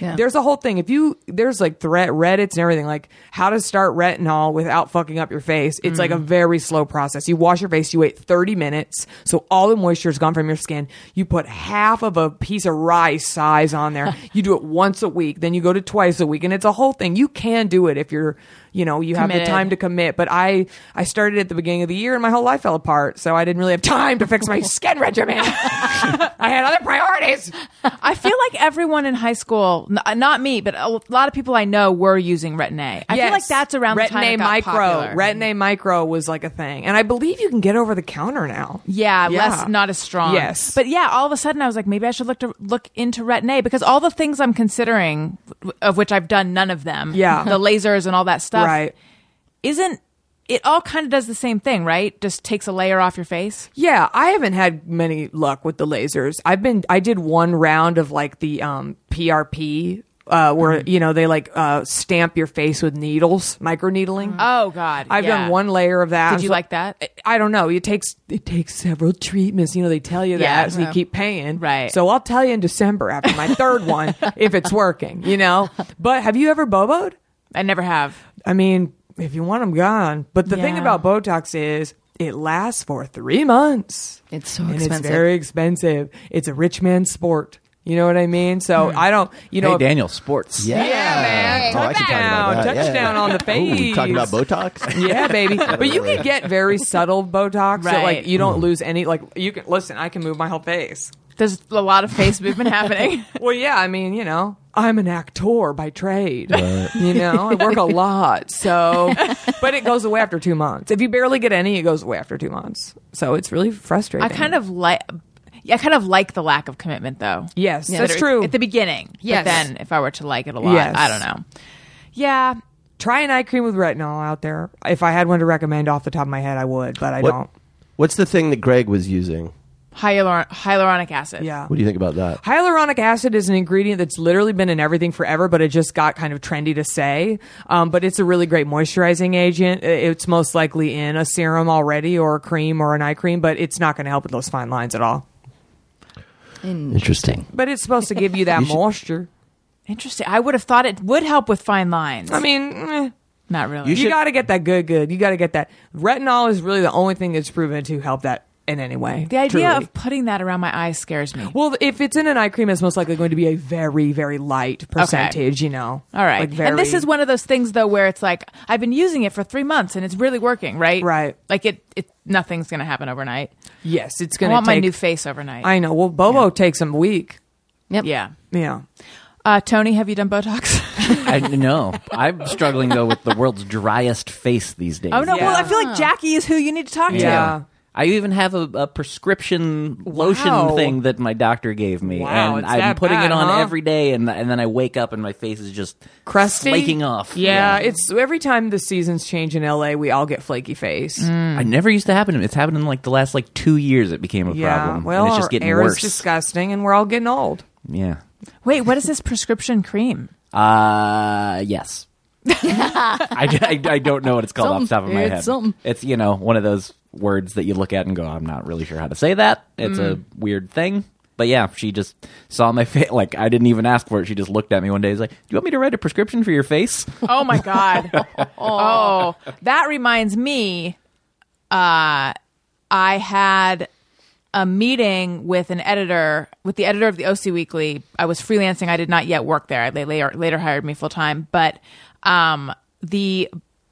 There's a whole thing. If you there's like threat Reddit's and everything like how to start retinol without fucking up your face. It's like a very slow process. You wash your face, you wait 30 minutes, so all the moisture is gone from your skin. You put half of a piece of rice size on there. you do it once a week, then you go to twice a week, and it's a whole thing. You can do it if you're, you know, you have
Committed.
the time to commit. But I I started at the beginning of the year and my whole life fell apart, so I didn't really have time to fix my skin regimen. I had other priorities.
I feel like everyone in high school, n- uh, not me, but a lot of people I know were using Retin A. I feel like
Yes.
that's around the time
Retin-A
it got
micro.
popular. Mm-hmm.
Retin-A micro was like a thing, and I believe you can get over the counter now.
Yeah,
Yeah.
less, not as strong.
Yes.
but yeah, all of a sudden I was like, maybe I should look to look into Retin A because all the things I'm considering, w- of which I've done none of them.
Yeah.
the lasers and all that stuff.
Right.
Isn't it all kind of does the same thing, right? Just takes a layer off your face.
Yeah, I haven't had many luck with the lasers. I've been I did one round of like the um PRP uh where
Mm-hmm.
you know they like uh stamp your face with needles, microneedling.
Oh God,
I've
yeah.
done one layer of that.
Did you like that?
I- I don't know. It takes it takes several treatments. You know, they tell you that,
Yeah.
so you keep paying.
Right.
So I'll tell you in December after my third one if it's working. You know. But have you ever boboed?
I never have.
I mean, if you want them gone. But the thing
Yeah.
about Botox is it lasts for three months.
It's so
and
expensive.
It's very expensive. It's a rich man's sport. You know what I mean? So
Hmm.
I don't. You know,
hey,
if-
Daniel, sports.
Yeah, Oh, I
man.
can talk about
Touchdown.
that. Yeah.
Touchdown on the
Ooh, talking about
face.
Botox.
yeah, baby. But you can get very subtle Botox that
Right.
like you don't lose any. Like you can listen. I can move my whole face.
There's a lot of face movement happening.
Well, yeah. I mean, you know, I'm an actor by trade. You know, I work a lot. So, but it goes away after two months. If you barely get any, it goes away after two months. So it's really frustrating.
I kind of like. I kind of like the lack of commitment, though.
Yes,
That
that's
it-
true.
At the beginning,
Yes.
But then, if I were to like it a lot,
Yes.
I don't know. Yeah,
Try an eye cream with retinol out there. If I had one to recommend off the top of my head, I would, but I
What-
don't.
What's the thing that Greg was using?
Hyalur- hyaluronic acid.
Yeah.
What do you think about that?
Hyaluronic acid is an ingredient that's literally been in everything forever, but it just got kind of trendy to say. Um, but it's a really great moisturizing agent. I- It's most likely in a serum already or a cream or an eye cream, but it's not going to help with those fine lines at all.
Interesting.
But it's supposed to give you that
You should-
moisture.
Interesting. I would have thought it would help with fine lines.
I mean, eh,
not really.
you, got to get that good, good. You got to get that. Retinol is really the only thing that's proven to help that in any way.
the idea
truly.
of putting that around my eyes scares me.
Well, if it's in an eye cream, it's most likely going to be a very, very light percentage, you know.
All right.
Like very,
and this is one of those things though where it's like I've been using it for 3 months and it's really working, right?
Right.
Like it it nothing's going to happen overnight.
Yes, it's
I
going to
want
take.
my new face overnight.
I know. Well, Bobo takes him a week.
Yep.
yeah.
Yeah.
Uh, Tony, have you done Botox?
I know. I'm struggling though with the world's driest face these days.
oh no.
Yeah.
Well, I feel like Jackie is who you need to talk
Yeah.
to.
I even have a, a prescription lotion
Wow.
thing that my doctor gave me,
Wow,
and
it's
I'm
that
putting
bad,
it on
huh?
every day, and and then I wake up and my face is just
Crusty.
flaking off.
Yeah, It's every time the seasons change in LA, we all get flaky face.
I never used to happen to me. It's happened in like the last like two years. It became a
Yeah.
problem.
Well,
and it's just
our
getting
air
worse.
is disgusting, and we're all getting old.
yeah.
Wait, what is this prescription cream?
Uh, yes. I, I, I don't know what it's called off the top of my
Something.
head.
It's something.
It's you know one of those words that you look at and go, I'm not really sure how to say that. It's a weird thing. But yeah, she just saw my face. Like I didn't even ask for it. She just looked at me one day. She's like, "Do you want me to write a prescription for your face?"
Oh my god. oh, that reminds me. Uh, I had a meeting with an editor, with the editor of the OC Weekly. I was freelancing. I did not yet work there. They later later hired me full time, but um, the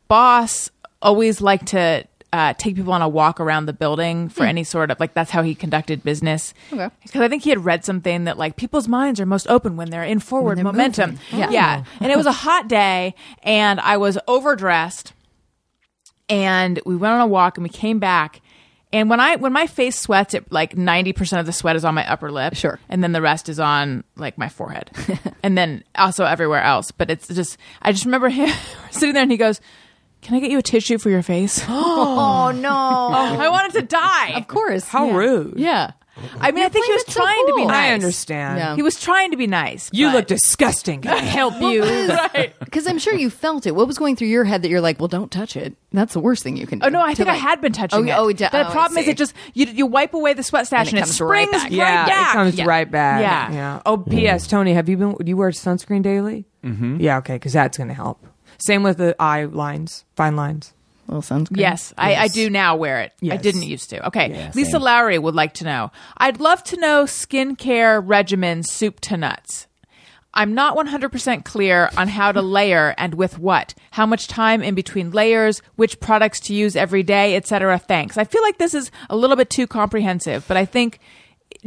boss always liked to. Uh, take people on a walk around the building for any sort of like that's how he conducted business.
Hmm. Okay.
Because I think he had read something that like people's minds are most open when they're in forward
they're
momentum.
moving. Yeah.
yeah. And it was a hot day and I was overdressed and we went on a walk and we came back and when i when my face sweats it like 90% of the sweat is on my upper lip
Sure.
and then the rest is on like my forehead and then also everywhere else but it's just i just remember him sitting there and he goes can i get you a tissue for your face
Oh no.
i wanted to die
of course.
How rude.
Yeah.
i mean i think he was
that's so
trying to be
cool.
nice
I understand.
Yeah.
he was trying to be nice
You
but-
look disgusting. Can I help you?
right
Because I'm sure you felt it. What was going through your head that you're like, well, don't touch it. That's the worst thing you can do.
Oh no! I
To,
think I
like-
had been touching
Oh,
it.
yeah, oh, it did-
the
oh, I
problem is,
see.
it just you, you wipe away the sweat
And
stash
it
and it,
comes right
springs
back.
yeah,
back.
it comes
Yeah.
right back.
Yeah.
yeah. Oh,
Mm.
P.S. Tony, have you been? Do you wear sunscreen daily? Mm-hmm. Yeah. Okay, because that's going to help. Same with the eye lines, fine lines.
Well, sounds good.
Yes, I, I do now wear it. I
Yes.
didn't used to. Okay.
Yeah,
Lisa
same.
Lowry would like to know. I'd love to know skincare regimen soup to nuts. I'm not 100% clear on how to layer and with what, how much time in between layers, which products to use every day, etc. Thanks. I feel like this is a little bit too comprehensive, but I think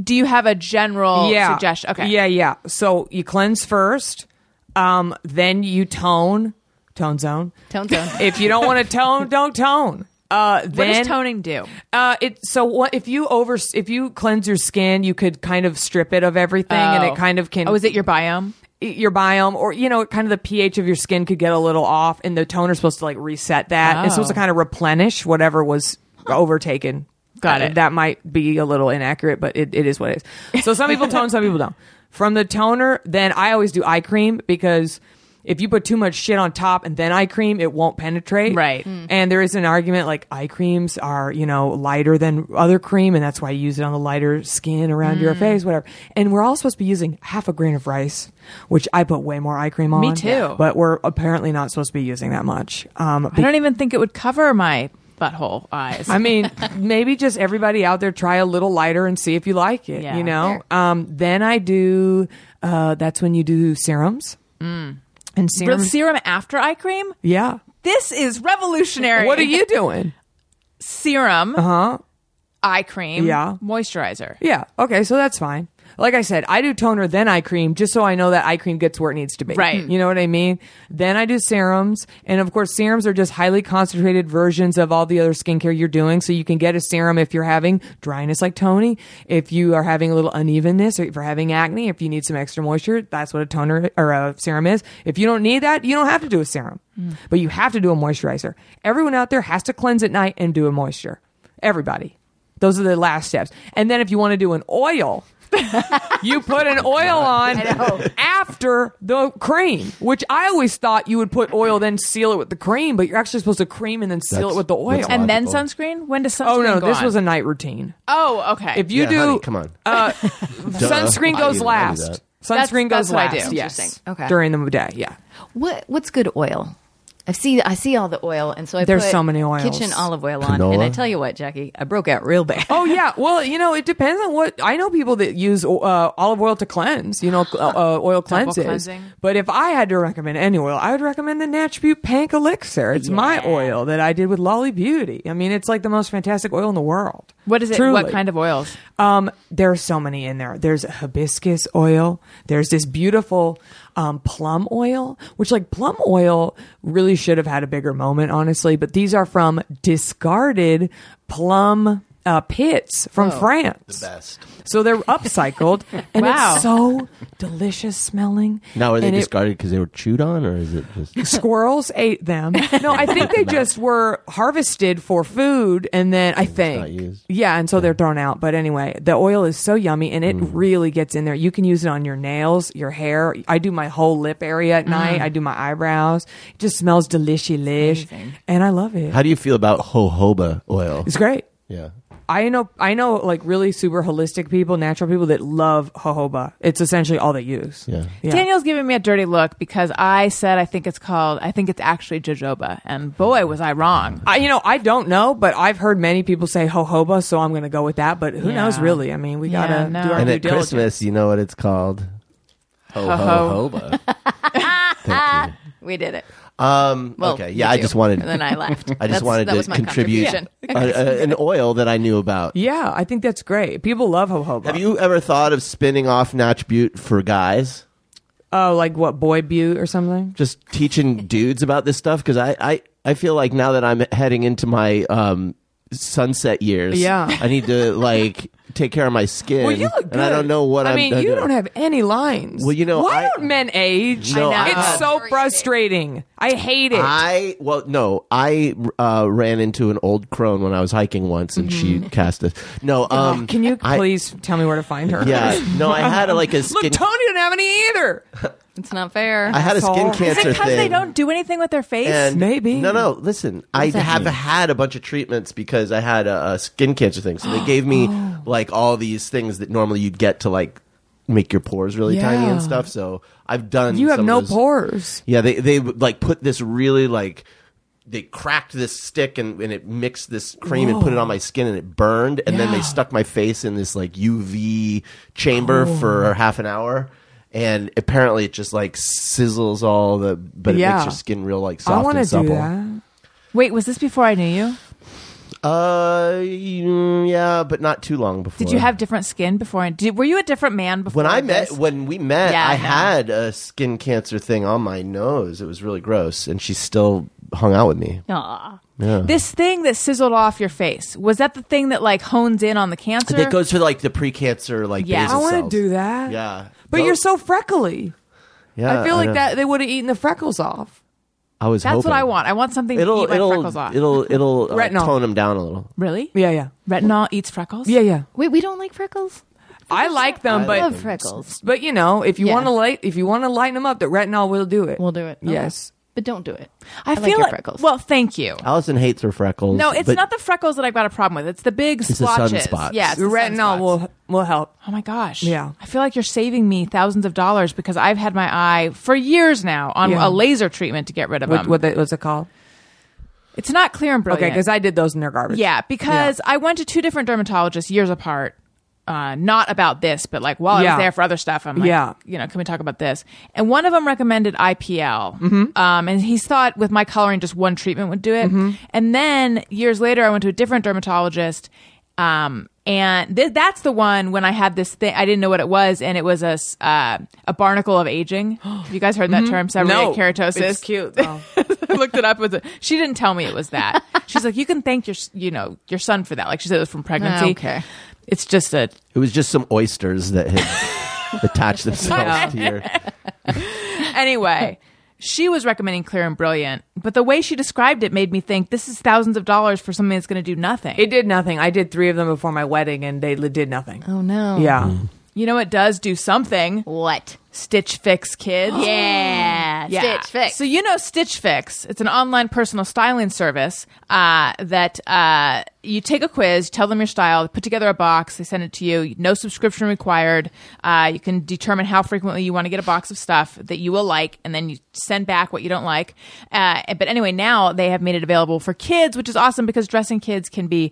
do you have a general Oh, suggestion? Okay.
Yeah, yeah. So you cleanse first, um, then you tone, tone zone.
Tone zone.
if you don't want to tone, don't tone. Uh,
What
then
does toning do?
Uh, it so what if you over if you cleanse your skin, you could kind of strip it of everything, and
Oh.
it kind of can.
Oh, is it your biome?
your biome or you know kind of the ph of your skin could get a little off and the toner's supposed to like reset that
Oh.
it's supposed to kind of replenish whatever was overtaken
Got
Uh,
it.
that might be a little inaccurate but it, it is what it is so some people tone some people don't from the toner then i always do eye cream because if you put too much shit on top and then eye cream it won't penetrate
Right. Mm.
and there is an argument like eye creams are you know lighter than other cream and that's why you use it on the lighter skin around your
Mm.
face whatever and we're all supposed to be using half a grain of rice which i put way more eye cream on
Me too.
but we're apparently not supposed to be using that much um
I don't even think it would cover my butthole eyes.
I mean, maybe just everybody out there try a little lighter and see if you like it.
Yeah.
You know. Um, then I do. Uh, that's when you do serums.
Mm.
And
Real
serums.
serum after eye cream?
yeah.
This is revolutionary.
What are you doing?
Serum,
Huh?
eye cream,
Yeah.
moisturizer.
Yeah. Okay. So that's fine. Like I said, I do toner then eye cream just so I know that eye cream gets where it needs to be.
Right.
You know what I mean? Then I do serums. And of course, serums are just highly concentrated versions of all the other skincare you're doing. So you can get a serum if you're having dryness like Tony, if you are having a little unevenness, or if you're having acne, if you need some extra moisture, that's what a toner or a serum is. If you don't need that, you don't have to do a serum, but you have to do a moisturizer. Everyone out there has to cleanse at night and do a moisture. Everybody. Those are the last steps. And then if you want to do an oil, you put an oil on after the cream, which I always thought you would put oil then seal it with the cream, but you're actually supposed to cream and then seal
That's-
it with the oil.
that's
And then
Logical.
sunscreen? When does sunscreen
oh no,
go
this
on?
was a night routine.
Oh, okay.
If you
Yeah,
do
honey, come on.
Uh,
Duh.
sunscreen
I
goes
do- I do
last.
that.
That's-
Sunscreen goes
that's what I
last.
do.
Yes.
Interesting. Okay.
During the day. Yeah.
What what's good oil? I see I see all the oil, and so I
There's
put
so many oils.
kitchen olive oil on, and I
Canola?
tell you what, Jackie, I broke out real bad.
Oh yeah. Well, you know, it depends on what I know. People that use uh, olive oil to cleanse, you know, cl- uh, uh, oil cleanses.
cleansing.
But if I had to recommend any oil, I would recommend the Natribute Pank Elixir. It's my oil that I did with Lolly Beauty. I mean, it's like the most fantastic oil in the world.
What is it?
Truly.
What kind of oils?
Um, there are so many in there. There's hibiscus oil. There's this beautiful um, plum oil, which like plum oil really should have had a bigger moment, honestly. But these are from discarded plum uh, pits from France. The best. So they're upcycled, and
Wow.
it's so delicious smelling.
Now, are they
And it-
discarded because they were chewed on, or is it just?
squirrels ate them. No, I think they just were harvested for food, and then I
not
think,
used.
yeah, and so they're thrown out. But anyway, the oil is so yummy, and it
Mm-hmm.
really gets in there. You can use it on your nails, your hair. I do my whole lip area at
Mm.
night. I do my eyebrows. It just smells delicious, lish, and I love it.
How do you feel about jojoba oil?
It's great.
Yeah,
I know, I know, like really super holistic people, natural people that love jojoba. It's essentially all they use.
yeah.
Yeah.
Daniel's giving me a dirty look because I said I think it's called I think it's actually jojoba, and boy was I wrong.
I, you know, I don't know, but I've heard many people say jojoba, so I'm going to go with that. But who
Yeah.
knows, really? I mean, we
Yeah,
got to
no.
do our
And
And
due
at
diligence.
Christmas, you know what it's called.
Oh, Ho ho hoba.
Thank
We did it.
you. Um,
Well,
okay,
you
yeah. I
do.
just wanted.
and then I left.
I just wanted
that was
to
my
contribute
contribution.
a, a, an oil that I knew about.
Yeah, I think that's great. People love jojoba.
Have you ever thought of spinning off Notch Butte for guys?
Oh, like what, boy butte or something?
Just teaching dudes about this stuff because I, I I feel like now that I'm heading into my um, sunset years,
Yeah.
I need to like take care of my skin.
Well, you look good.
And I don't know what
I
I'm.
mean, you don't have any lines.
Well, you know,
why
I-
don't men age?
No, I know.
it's
I-
so frustrating. I hate it.
I well no I uh, ran into an old crone when I was hiking once and she cast us no um
Mm-hmm. Oh, Can you
I-
please tell me where to find her?
yeah no I had a, like a skin
Look, Tony didn't have any either.
It's not fair.
I had a skin
asshole.
cancer
Is it because
thing
they don't do anything with their face?
and
Maybe.
no no listen I have had a bunch of treatments because I had a, a skin cancer thing so they gave me
Oh.
like all these things that normally you'd get to like make your pores really tiny
Yeah.
and stuff so I've done
You have
some of
no
those-
pores.
Yeah, they they like put this really like they cracked this stick and, and it mixed this cream and put it on my skin and it burned and then they
Yeah.
stuck my face in this like UV chamber for half an hour and apparently it just like sizzles all the but it
Yeah.
makes your skin real like
I
soft
want
and
to do
supple.
that.
Wait, was this before I knew you?
Uh mm, yeah, but not too long before.
Did you have different skin before? I, did, were you a different man before?
when I
this?
met when we met,
Yeah,
I
I know.
had a skin cancer thing on my nose. It was really gross and she still hung out with me.
Aw.
this thing that sizzled off your face was that the thing that like hones in on the cancer?
That goes for like the precancer, like
Yeah.
basal
I want to
cells.
do that.
Yeah,
But
Tho-
you're so freckly.
Yeah,
I feel like
Uh, know.
that they would have eaten the freckles off.
I was.
That's
hoping.
what I want. I want something
It'll
to eat my
it'll
freckles off.
it'll it'll uh,
Retinol.
tone them down a little.
really?
Yeah, yeah,
Retinol eats freckles.
yeah, yeah.
Wait, we don't like freckles.
I like
I
them, Um, but
love
Love freckles.
but you know, if you
Yeah.
want to light, if you want to lighten them up, the retinol will do it.
We'll do it. Okay.
Yes.
but don't do it.
I, feel
like your
like
freckles.
well, thank you.
Allison hates her freckles.
No, it's
Uh, but
not the freckles that I've got a problem with. It's the big
the
splotches.
sunspots.
Yeah, it's
The retinol
sunspots.
will will help.
Oh my gosh.
Yeah.
I feel like you're saving me thousands of dollars because I've had my eye for years now on
Yeah.
a laser treatment to get rid of
What,
them.
what they, what's it called?
it's not clear and brilliant.
Okay, because I did those in their garbage.
oh, Yeah, because I went to two different dermatologists years apart. Uh, not about this, but like while I
Yeah.
was there for other stuff, I'm like,
Yeah.
you know, can we talk about this? And one of them recommended IPL. Mm-hmm. Um, and he thought with my coloring, just one treatment would do it.
Mm-hmm.
And then years later, I went to a different dermatologist. Um, and th- that's the one when I had this thing, I didn't know what it was. And it was a, s- uh, a barnacle of aging. Have you guys heard that term? Seborrheic
Mm-hmm. no
keratosis.
It's cute. though.
I looked it up. It was a, she didn't tell me it was that. She's like, you can thank your, s- you know, your son for that. Like she said, it was from pregnancy.
Ah, okay.
It's just a.
It was just some oysters that had attached themselves to your.
Anyway, she was recommending Clear and Brilliant, but the way she described it made me think this is thousands of dollars for something that's going to do nothing.
it did nothing. I did three of them before my wedding, and they li- did nothing.
Mm-hmm.
Oh no.
Yeah.
you know, it does do something.
What?
Stitch Fix Kids.
Yeah,
Yeah.
Stitch Fix.
So you know Stitch Fix. It's an online personal styling service uh, that uh, you take a quiz, tell them your style, put together a box, they send it to you. No subscription required. Uh, you can determine how frequently you want to get a box of stuff that you will like, and then you send back what you don't like. Uh, but anyway, now they have made it available for kids, which is awesome because dressing kids can be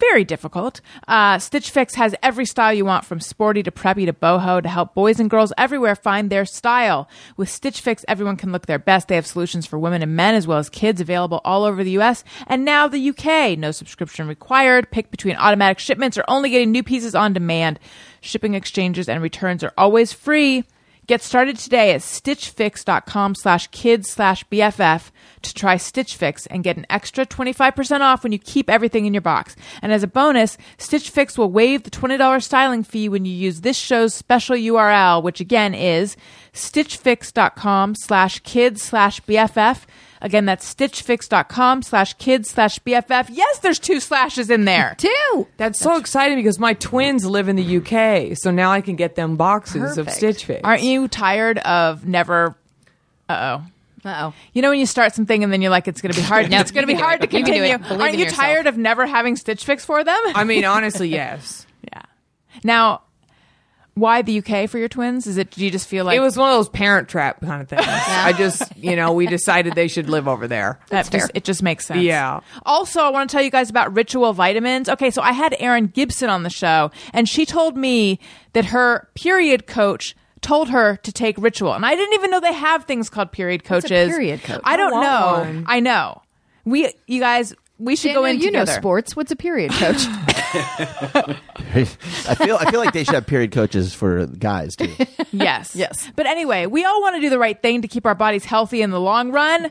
very difficult. Uh, Stitch Fix has every style you want, from sporty to preppy to boho, to help boys and girls everywhere find their style. With Stitch Fix, everyone can look their best. They have solutions for women and men, as well as kids, available all over the U.S. and now the U.K. No subscription required. Pick between automatic shipments or only getting new pieces on demand. Shipping exchanges and returns are always free. Get started today at stitchfix.com slash kids slash BFF to try Stitch Fix and get an extra 25% off when you keep everything in your box. And as a bonus, Stitch Fix will waive the $20 styling fee when you use this show's special URL, which again is stitchfix.com slash kids slash BFF. Again, that's stitchfix.com slash kids slash BFF. Yes, there's two slashes in there.
do.
That's so exciting because my twins live in the UK, so now I can get them boxes of
Perfect.
Stitch Fix.
Aren't you tired of never... Uh-oh.
Uh oh.
You know when you start something and then you're like, it's going to be hard.
No,
it's going to
you
be
can do
hard to
it. You can do
continue.
it. Believe
Aren't
in
you
yourself.
tired of never having Stitch Fix for them?
I mean, honestly, yes.
yeah. Now, why the UK for your twins? Is it? Do you just feel like
It was one of those parent trap kind of things. I just, you know, we decided they should live over there.
That just, it just makes sense.
Yeah.
Also, I want to tell you guys about ritual vitamins. Okay, so I had Erin Gibson on the show, and she told me that her period coach told her to take ritual. And I didn't even know they have things called period coaches.
period coach?
I don't
I
know.
want one.
I know. We you guys we should go in
you know
together.
sports. What's a period coach?
I feel I feel like they should have period coaches for guys too.
Yes.
Yes.
But anyway, we all want to do the right thing to keep our bodies healthy in the long run.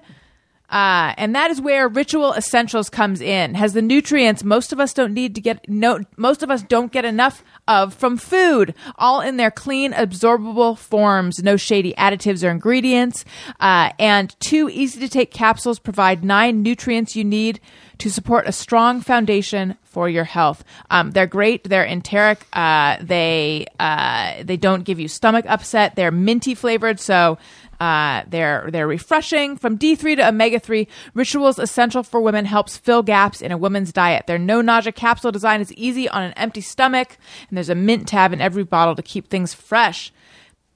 Uh, and that is where Ritual Essentials comes in. Has the nutrients most of us don't need to get no most of us don't get enough of from food. All in their clean, absorbable forms, no shady additives or ingredients. Uh, and two easy to take capsules provide nine nutrients you need to support a strong foundation for your health. Um, they're great. They're enteric. Uh, they uh, they don't give you stomach upset. They're minty flavored, so uh, they're they're refreshing. From D3 to omega 3, Rituals Essential for Women helps fill gaps in a woman's diet. Their no nausea capsule design is easy on an empty stomach, and there's a mint tab in every bottle to keep things fresh.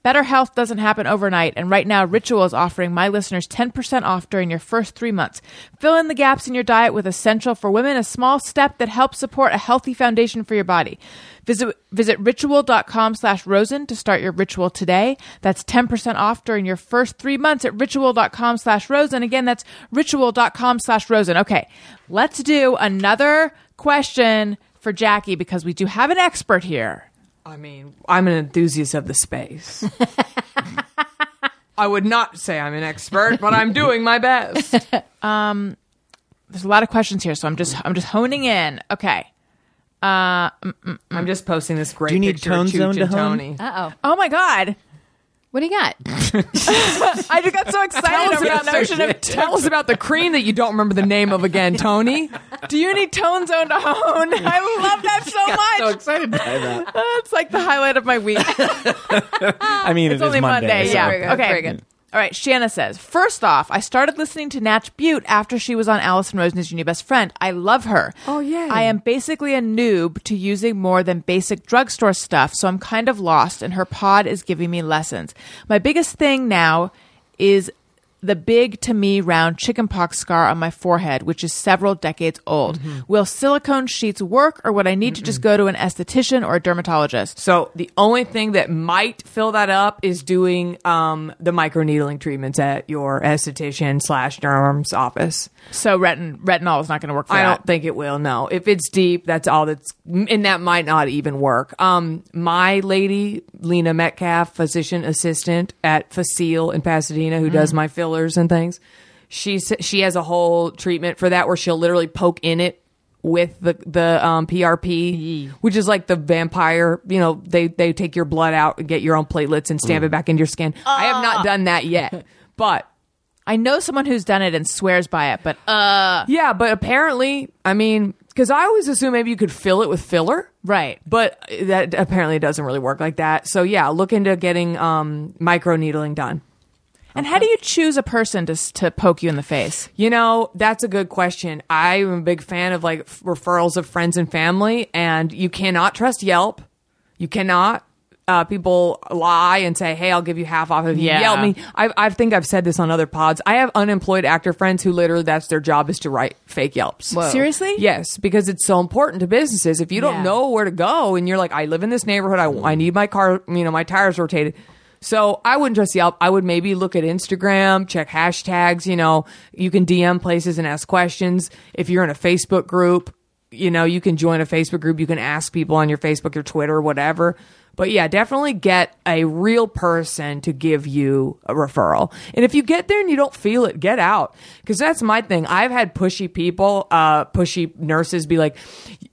Better health doesn't happen overnight, and right now Ritual is offering my listeners 10% off during your first three months. Fill in the gaps in your diet with Essential for Women, a small step that helps support a healthy foundation for your body. Visit, visit ritual.com slash rosen to start your ritual today. That's 10% off during your first three months at ritual.com slash rosen. Again, that's ritual.com slash rosen. Okay, let's do another question for Jackie because we do have an expert here.
I mean, I'm an enthusiast of the space. I would not say I'm an expert, but I'm doing my best.
there's a lot of questions here, so I'm just I'm just honing in. Okay. Uh
I'm just posting this great
Do you need
picture
tone
of Chooch
zone to
and
hone?
Tony.
Uh oh.
oh my god.
What do you got?
I just got so excited over that notion of
tell us about the cream that you don't remember the name of again, Tony.
do you need tone zone to hone? I love that so
So
much.
excited by that.
It's like the highlight of my week.
I mean,
it's only Monday. yeah.
Very good,
Okay.
very good.
All right. Shanna says, first off, I started listening to Natch Butte after she was on Allison Rosen's Your New Best Friend. I love her.
Oh, yay.
I am basically a noob to using more than basic drugstore stuff, so I'm kind of lost, and her pod is giving me lessons. My biggest thing now is the big to me round chickenpox scar on my forehead, which is several decades old. Will silicone sheets work, or would I need to just go to an esthetician or a dermatologist?
So the only thing that might fill that up is doing um, the microneedling treatments at your esthetician slash derm's office.
So retin- retinol is not going to work for
I
that.
don't think it will. No, if it's deep, that's all that's, and that might not even work. Um, my lady Lena Metcalf, physician assistant at Facile in Pasadena, who does my fillers and things, she s- she has a whole treatment for that where she'll literally poke in it with the the um, PRP, which is like the vampire. You know, they they take your blood out and get your own platelets and stamp it back into your skin. I have not done that yet, but.
I know someone who's done it and swears by it, but uh,
Yeah, but apparently, I mean, Because I always assume maybe you could fill it with filler.
Right.
But that apparently doesn't really work like that. So yeah, look into getting um, micro needling done.
And how do you choose a person to s- to poke you in the face?
You know, that's a good question. I'm a big fan of like f- referrals of friends and family, and you cannot trust Yelp. You cannot. Uh, people lie and say, "Hey, I'll give you half off if you
Yeah.
Yelp me." I, I think I've said this on other pods. I have unemployed actor friends who literally that's their job is to write fake Yelps.
Seriously?
Yes, because it's so important to businesses. If you don't
Yeah.
know where to go and you're like, I live in this neighborhood, I, I need my car, you know, my tires rotated. So I wouldn't just Yelp. I would maybe look at Instagram, check hashtags. You know, you can DM places and ask questions. If you're in a Facebook group, you know, you can join a Facebook group. You can ask people on your Facebook, your Twitter, whatever. But yeah, definitely get a real person to give you a referral. And if you get there and you don't feel it, get out. Cause that's my thing. I've had pushy people, uh, pushy nurses be like,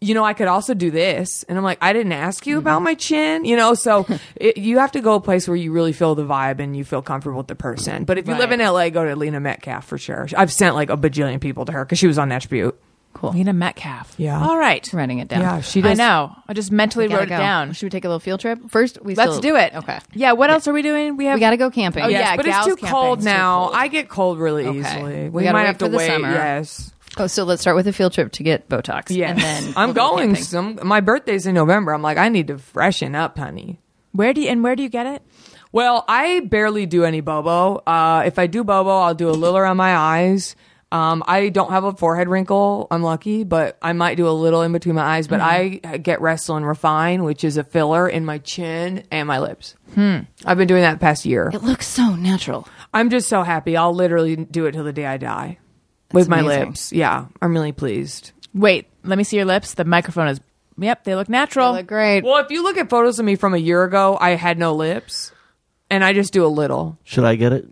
you know, I could also do this. And I'm like, I didn't ask you
Mm-hmm.
about my chin, you know? So it, you have to go a place where you really feel the vibe and you feel comfortable with the person. But if you live in LA, go to Lena Metcalf for sure. I've sent like a bajillion people to her cause she was on Attribute.
Lena Metcalf.
Yeah.
All right.
writing it down.
Yeah, she
I
does.
know. I just mentally
Gotta
wrote it
go.
down.
Should we take a little field trip first? We
Let's
still-
do it.
Okay.
Yeah. What else are we doing? We have.
We gotta go camping.
Oh
Yes,
yeah.
but it's
gals
too
camping's
cold
too
now.
cold.
I get cold really
Oh. Okay.
easily.
We
We,
gotta
might
wait
have to
for the
wait.
summer.
Yes.
Oh, so let's start with a field trip to get Botox.
Yes.
And then
I'm
we'll go
going.
camping.
Some my birthday's in November. I'm like, I need to freshen up, honey.
Where do you, and where do you get it?
Well, I barely do any bobo. Uh, if I do bobo, I'll do a little around my eyes. Um, I don't have a forehead wrinkle. I'm lucky, but I might do a little in between my eyes. But
Mm-hmm.
I get Restylane Refine, which is a filler in my chin and my lips. Hmm. I've been doing that the past year.
It looks so natural.
I'm just so happy. I'll literally do it till the day I die with my
amazing.
lips. Yeah, I'm really pleased.
Wait. Let me see your lips. The microphone is. Yep. They look natural.
They look great.
Well, if you look at photos of me from a year ago, I had no lips, and I just do a little.
Should I get it?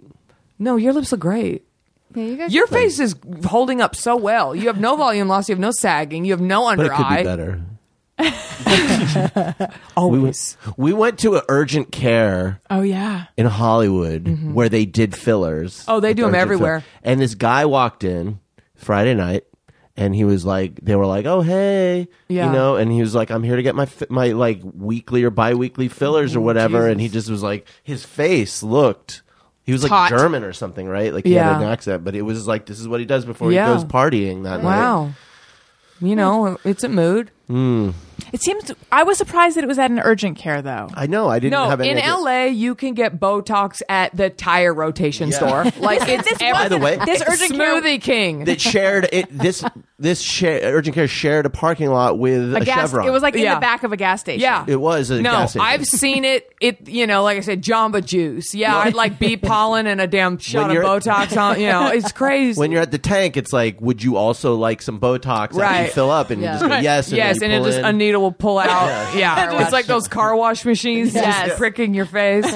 No, your lips look great.
Yeah, you guys
Your face is holding up so well. You have no volume loss. You have no sagging. You have no under
But it could
eye.
be better.
Always.
We went to an urgent care
oh yeah.
in Hollywood where they did fillers.
Mm-hmm. Oh, they
Like
do 'em
urgent
everywhere.
And this guy walked in Friday night, and he was like, they were like, "Oh, hey,"
Yeah.
you know, and he was like, "I'm here to get my fi- my like weekly or biweekly fillers
Oh,
or whatever," and he just was like, his face looked. He was like
Taut.
German or something, right? Like he had
Yeah.
an accent, but it was like this is what he does before
Yeah.
he goes partying that night.
Wow. You know, it's a mood.
It seems. I was surprised that it was at an urgent care though.
I know. I didn't
No,
have any
in
idea.
LA, you can get Botox at the tire rotation store. Like it's
By the way,
this urgent care.
Smoothie King.
that shared it. This this share, urgent care shared a parking lot with a,
A gas,
Chevron.
it was like in
Yeah.
the back of a gas station.
Yeah,
It was a
no,
gas station.
I've seen it. It you know, like I said, Jamba Juice. Yeah, I'd like bee pollen and a damn shot of
you're-
Botox on. You know, it's crazy.
when you're at the tank, it's like, would you also like some Botox? After
Right.
you fill up and
Yeah.
you just go yes, and
yes,
then
and
you
it
pull
just
in.
a needle will pull out. Yeah, it's like those car wash machines
Yes.
just pricking your face.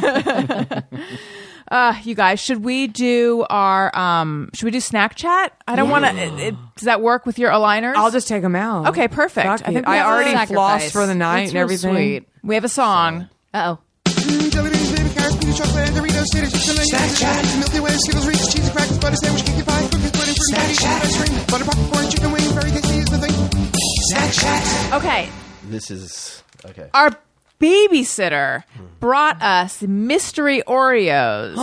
Uh, you guys, should we do our um? Should we do snack chat? I don't want to. Does that work with your aligners?
I'll just take them out.
Okay, perfect.
Fuck
I think
it.
we
I
have a
already
sacrifice.
flossed for the night
That's
and
real
everything.
sweet.
We have a song.
Uh oh.
Jelly beans, baby carrots, peanut chocolate, and Doritos, cities, chicken nuggets, Milky Way, Skittles, Reese's, cheesy crackers, butter sandwich, cookie pie, cookies, pudding, fruit, patty, ice cream, butter popcorn, chicken wings, berry cake, cheese, the thing.
Okay,
This is okay.
our babysitter brought us mystery Oreos.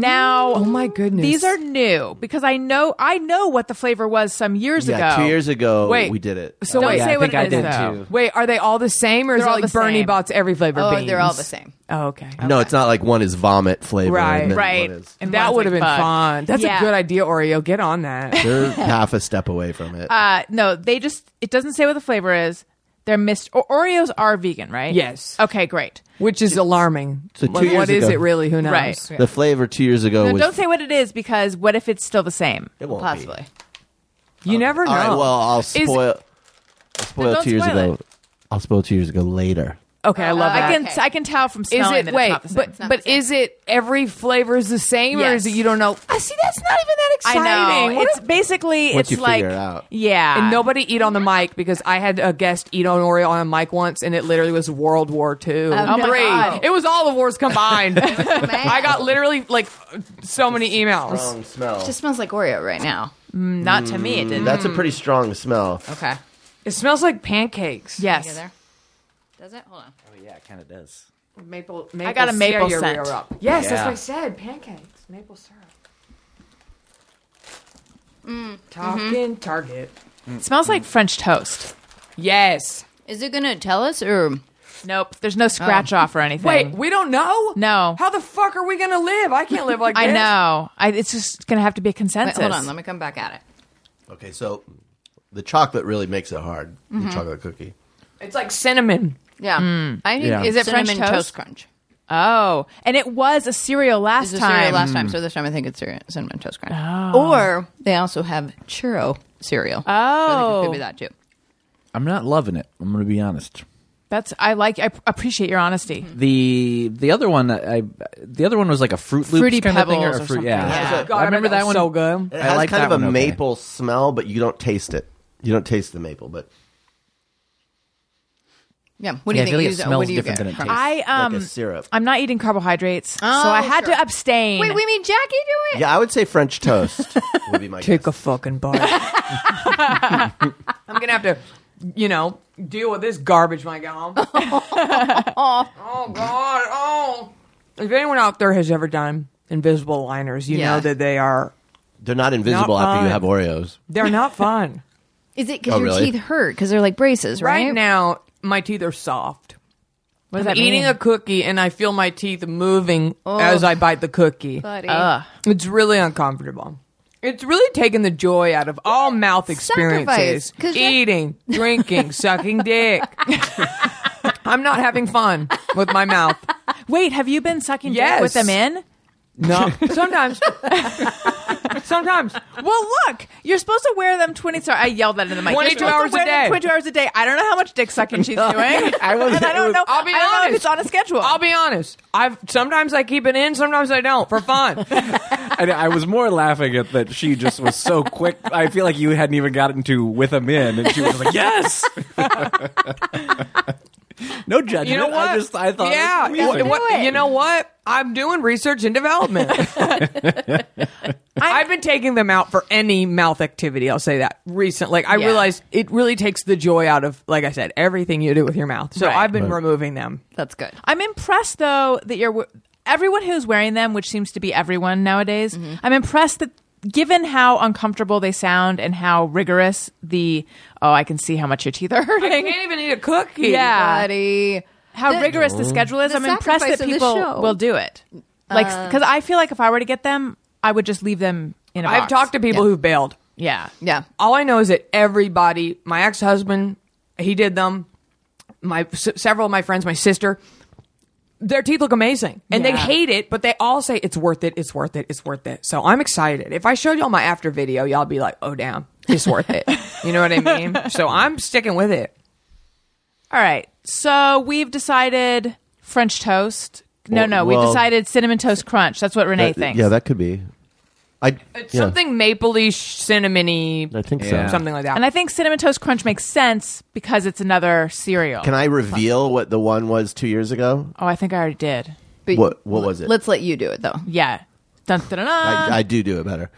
now, oh
my goodness.
these are new because I know I know what the flavor was some years
Yeah,
ago.
two years ago,
Wait.
we did it.
So
Don't
wait,
say
I
what
think I
it is
did
though.
too.
wait, are they all the same, or is
They're
it
all
like
the
Bernie
same.
Bott's every flavor?
Oh,
beans?
they're all the same.
Oh, okay.
No, it's not like one is vomit flavor,
Right.
And then
Right.
One is,
And
that
one's
would have
like
been
bug.
fun. That's
Yeah.
a good idea, Oreo. Get on that.
they're half a step away from it.
Uh, no, they just it doesn't say what the flavor is. They're missed. O- Oreos are vegan, right?
Yes.
Okay, great.
which is alarming.
So two
What-
years
what is
ago-
it really? Who knows?
Right.
the flavor two years ago
No,
was
don't say what it is because what if it's still the same?
it won't be.
Possibly.
You never know.
All right. Well, I'll spoil. I'll spoil
don't
two years
spoil
ago.
it. Oh.
I'll spoil two years ago later.
okay, I love
Uh,
that.
I can
Okay.
I can tell from
is
smelling
it
that
wait?
it's not the same.
But but is it every flavor is the same, or is it
Yes.
you don't know? I Ah, see. That's not even that
I
exciting.
know.
What
It's
if-
basically
Once
it's
you
like
figure it out.
yeah.
and nobody eat on the mic because I had a guest eat on Oreo on a mic once, and it literally was World War II.
Oh,
my
Three.
God.
It was all the wars combined. I got literally like so many emails.
Strong smell.
It just smells like Oreo right now.
not to me. It didn't.
That's a pretty strong smell.
Okay.
It smells like pancakes.
Yes.
Does it? Hold on.
Oh yeah, it kind of does.
Maple, maple
got a maple
syrup.
scent.
Yes, that's
Yeah.
what I said. Pancakes, maple syrup. Mm, Talking Target.
It smells like French toast.
Yes.
Is it gonna tell us or?
Nope. There's no scratch off or anything.
Wait, we don't know.
No.
How the fuck are we gonna live? I can't live like
I
this.
know. I, it's just going to have to be a
Wait,
consensus.
hold on. Let me come back at it.
Okay, so the chocolate really makes it hard. The chocolate cookie.
It's like cinnamon.
Yeah. Mm. I think
Yeah.
is it French toast?
toast
crunch?
oh, and it was a cereal last
It's a
time.
cereal last time, so this time I think it's cereal, cinnamon toast crunch.
Oh.
Or they also have churro cereal. so I think it
oh,
could be that too.
I'm not loving it. I'm going to be honest.
that's I like. I appreciate your honesty.
The the other one I the other one was like a Fruit Loops
Fruity
kind of thing
Pebbles or something.
yeah.
Yeah. God,
I remember
bet
that one
was so good.
It
I
has
like
kind of
that
a
one, okay.
maple smell, but you don't taste it. You don't taste the maple, but
Yeah. What do
Yeah, I feel
you
like
think? you
it
use- what
smells
do you
different
get?
than it
Crunch.
tastes.
I um,
like a syrup.
I'm not eating carbohydrates, so
Oh,
I had
sure.
to abstain.
Wait, we mean Jackie do it?
yeah, I would say French toast would be my
Take a
guess.
fucking bite. I'm gonna have to, you know, deal with this garbage when I get home. oh God! Oh. If anyone out there has ever done invisible liners, you
Yeah.
know that they are
They're not invisible after you
fine.
have Oreos.
they're not fun.
Is it because
Oh,
your
really?
teeth hurt? Because they're like braces, right?
right? now, my teeth are soft.
what does
I'm
that mean?
eating a cookie and I feel my teeth moving as I bite the cookie.
buddy.
It's really uncomfortable. It's really taken the joy out of all mouth
Sacrifice,
experiences.
'cause you're-
Eating, drinking, sucking dick. I'm not having fun with my mouth.
Wait, have you been sucking dick
Yes.
with them in?
No. Sometimes. Sometimes.
Well, look, you're supposed to wear them 20. Sorry, I yelled that in the mic. You're
22
supposed to
hours a
wear them
day.
22 hours a day. I don't know how much dick sucking she's doing. I
was-
And I
it
don't
was-
know.
I'll be
I don't know if
honest.
it's on a schedule.
I'll be honest. I've sometimes I keep it in, sometimes I don't for fun.
I, I was more laughing at that she just was so quick. I feel like you hadn't even gotten to with him in, and she was like, "Yes." no judgment.
You know what?
I just I thought, it
yeah.
was weird.
it- what- you know what? I'm doing research and development. I, have been taking them out for any mouth activity. I'll say that recently. Like I
Yeah.
realized it really takes the joy out of, like I said, everything you do with your mouth. So
Right.
I've been removing them.
That's good.
I'm impressed though that you're everyone who's wearing them, which seems to be everyone nowadays. I'm impressed that given how uncomfortable they sound and how rigorous the oh, I can see how much your teeth are
I
hurting.
can't even eat a cookie.
Yeah.
Buddy.
How rigorous
Oh.
the schedule is.
the
I'm impressed
sacrifice
that
of the
people
show. Uh.
will do it. Like cuz I feel like if I were to get them, I would just leave them in a
I've
box.
talked to people who bailed.
Yeah.
Yeah.
all I know is that everybody, my ex husband, he did them. My s- several of my friends, my sister, their teeth look amazing, and they
Yeah.
hate it, but they all say it's worth it, it's worth it, it's worth it. So I'm excited. If I showed y'all my after video, y'all be like, "Oh damn, it's worth it." You know what I mean? So I'm sticking with it.
All right. So we've decided French toast. No,
Well-
no, we
well-
decided cinnamon toast crunch. That's what Renee
That-
thinks.
Yeah, that could be. I
It's
yeah,
something mapley, cinnamony,
I think
Yeah.
so.
something like that.
And I think cinnamon toast crunch makes sense because it's another cereal.
Can I reveal what the one was two years ago?
Oh, I think I already did.
But
What- what was it?
Let's let you do it though.
Yeah. Dun, dun, dun, dun.
I, I do do it better.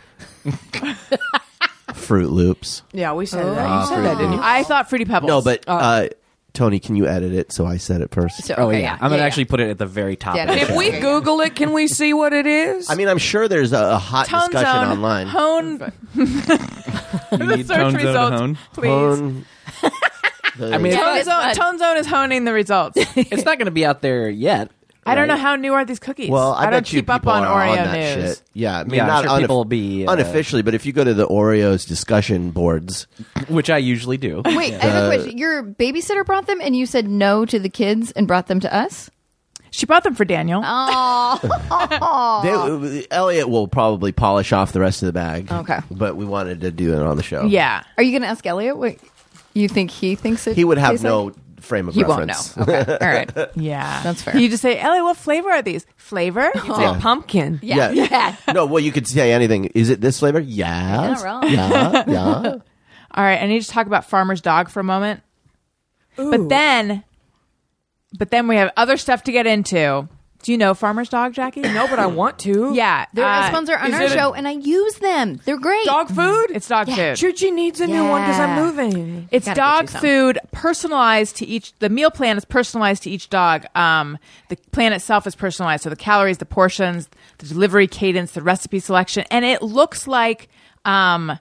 Fruit Loops.
yeah, we said
Oh.
that. You said that, didn't you?
I thought Fruity Pebbles. Oh.
No, but uh, Tony, can you edit it so I said it first?
So,
Oh
okay,
yeah, I'm gonna
yeah.
actually put it at the very top.
Yeah,
of the
no,
If
show.
we Google it, can we see what it is?
I mean, I'm sure there's a, a hot
Tone
discussion
Zone.
online.
Hone.
you need
search
tone zone
results.
hone.
Please.
Tone-
I mean,
Tone,
Yes,
zone,
bud.
Tone Zone is honing the results.
it's not going to be out there yet.
I don't know
right?
how new are these cookies.
well, I,
don't
bet you
keep up
people
on
are
Oreo
on that
news.
shit. Yeah, I mean,
Yeah, I'm
not
sure
unif-
people will be, uh,
unofficially, but if you go to the Oreos discussion boards,
which I usually do.
Wait, I
Uh,
have a question. Your babysitter brought them, and you said no to the kids and brought them to us.
She bought them for Daniel.
Oh.
they, Elliot will probably polish off the rest of the bag.
Okay.
but we wanted to do it on the show.
yeah.
Are you going to ask Elliot what you think he thinks it?
he would have
tastes
no
Like?
frame of
He won't know.
reference.
Okay. All right.
Yeah.
That's fair.
You just say, Ellie, what flavor are these? Flavor?
Yeah.
Pumpkin.
Yeah.
Yeah. no, well, you could say anything. Is it this flavor? Yes.
You're not wrong.
Yeah. Yeah.
All right, I need to talk about Farmer's Dog for a moment. But then but then we have other stuff to get into. Do you know Farmer's Dog, Jackie?
No, but I want to.
Yeah,
They're
uh,
a sponsor on
is
our
it a-
show, and I use them. They're great.
Dog food?
It's dog food.
Chuchi needs a new one because
Yeah.
I'm moving.
It's
Gotta get
dog
you some.
food personalized to each. The meal plan is personalized to each dog. Um, the plan itself is personalized. So the calories, the portions, the delivery cadence, the recipe selection, and it looks like. Um,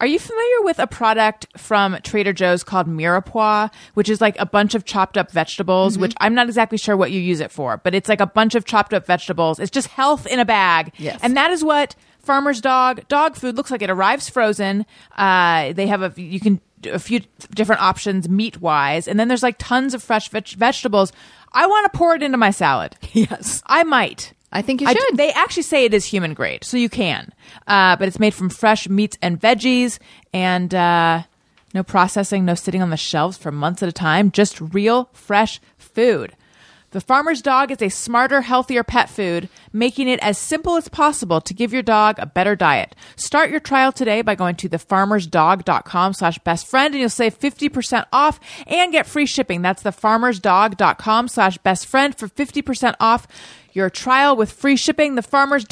are you familiar with a product from Trader Joe's called Mirepoix, which is like a bunch of chopped up vegetables,
Mm-hmm.
which I'm not exactly sure what you use it for, but it's like a bunch of chopped up vegetables. It's just health in a bag.
Yes.
And that is what Farmer's Dog dog food looks like. It arrives frozen. Uh, they have a you can do a few different options meat wise, and then there's like tons of fresh veg- vegetables. I want to pour it into my salad.
Yes.
I might.
I think you
d-
should.
they actually say it is human grade, so you can. Uh, but it's made from fresh meats and veggies, and uh, no processing, no sitting on the shelves for months at a time. Just real, fresh food. The farmer's dog is a smarter, healthier pet food, making it as simple as possible to give your dog a better diet. Start your trial today by going to thefarmersdog.com slash best friend and you'll save 50% off and get free shipping. That's thefarmersdog.com slash best friend for 50% off your trial with free shipping.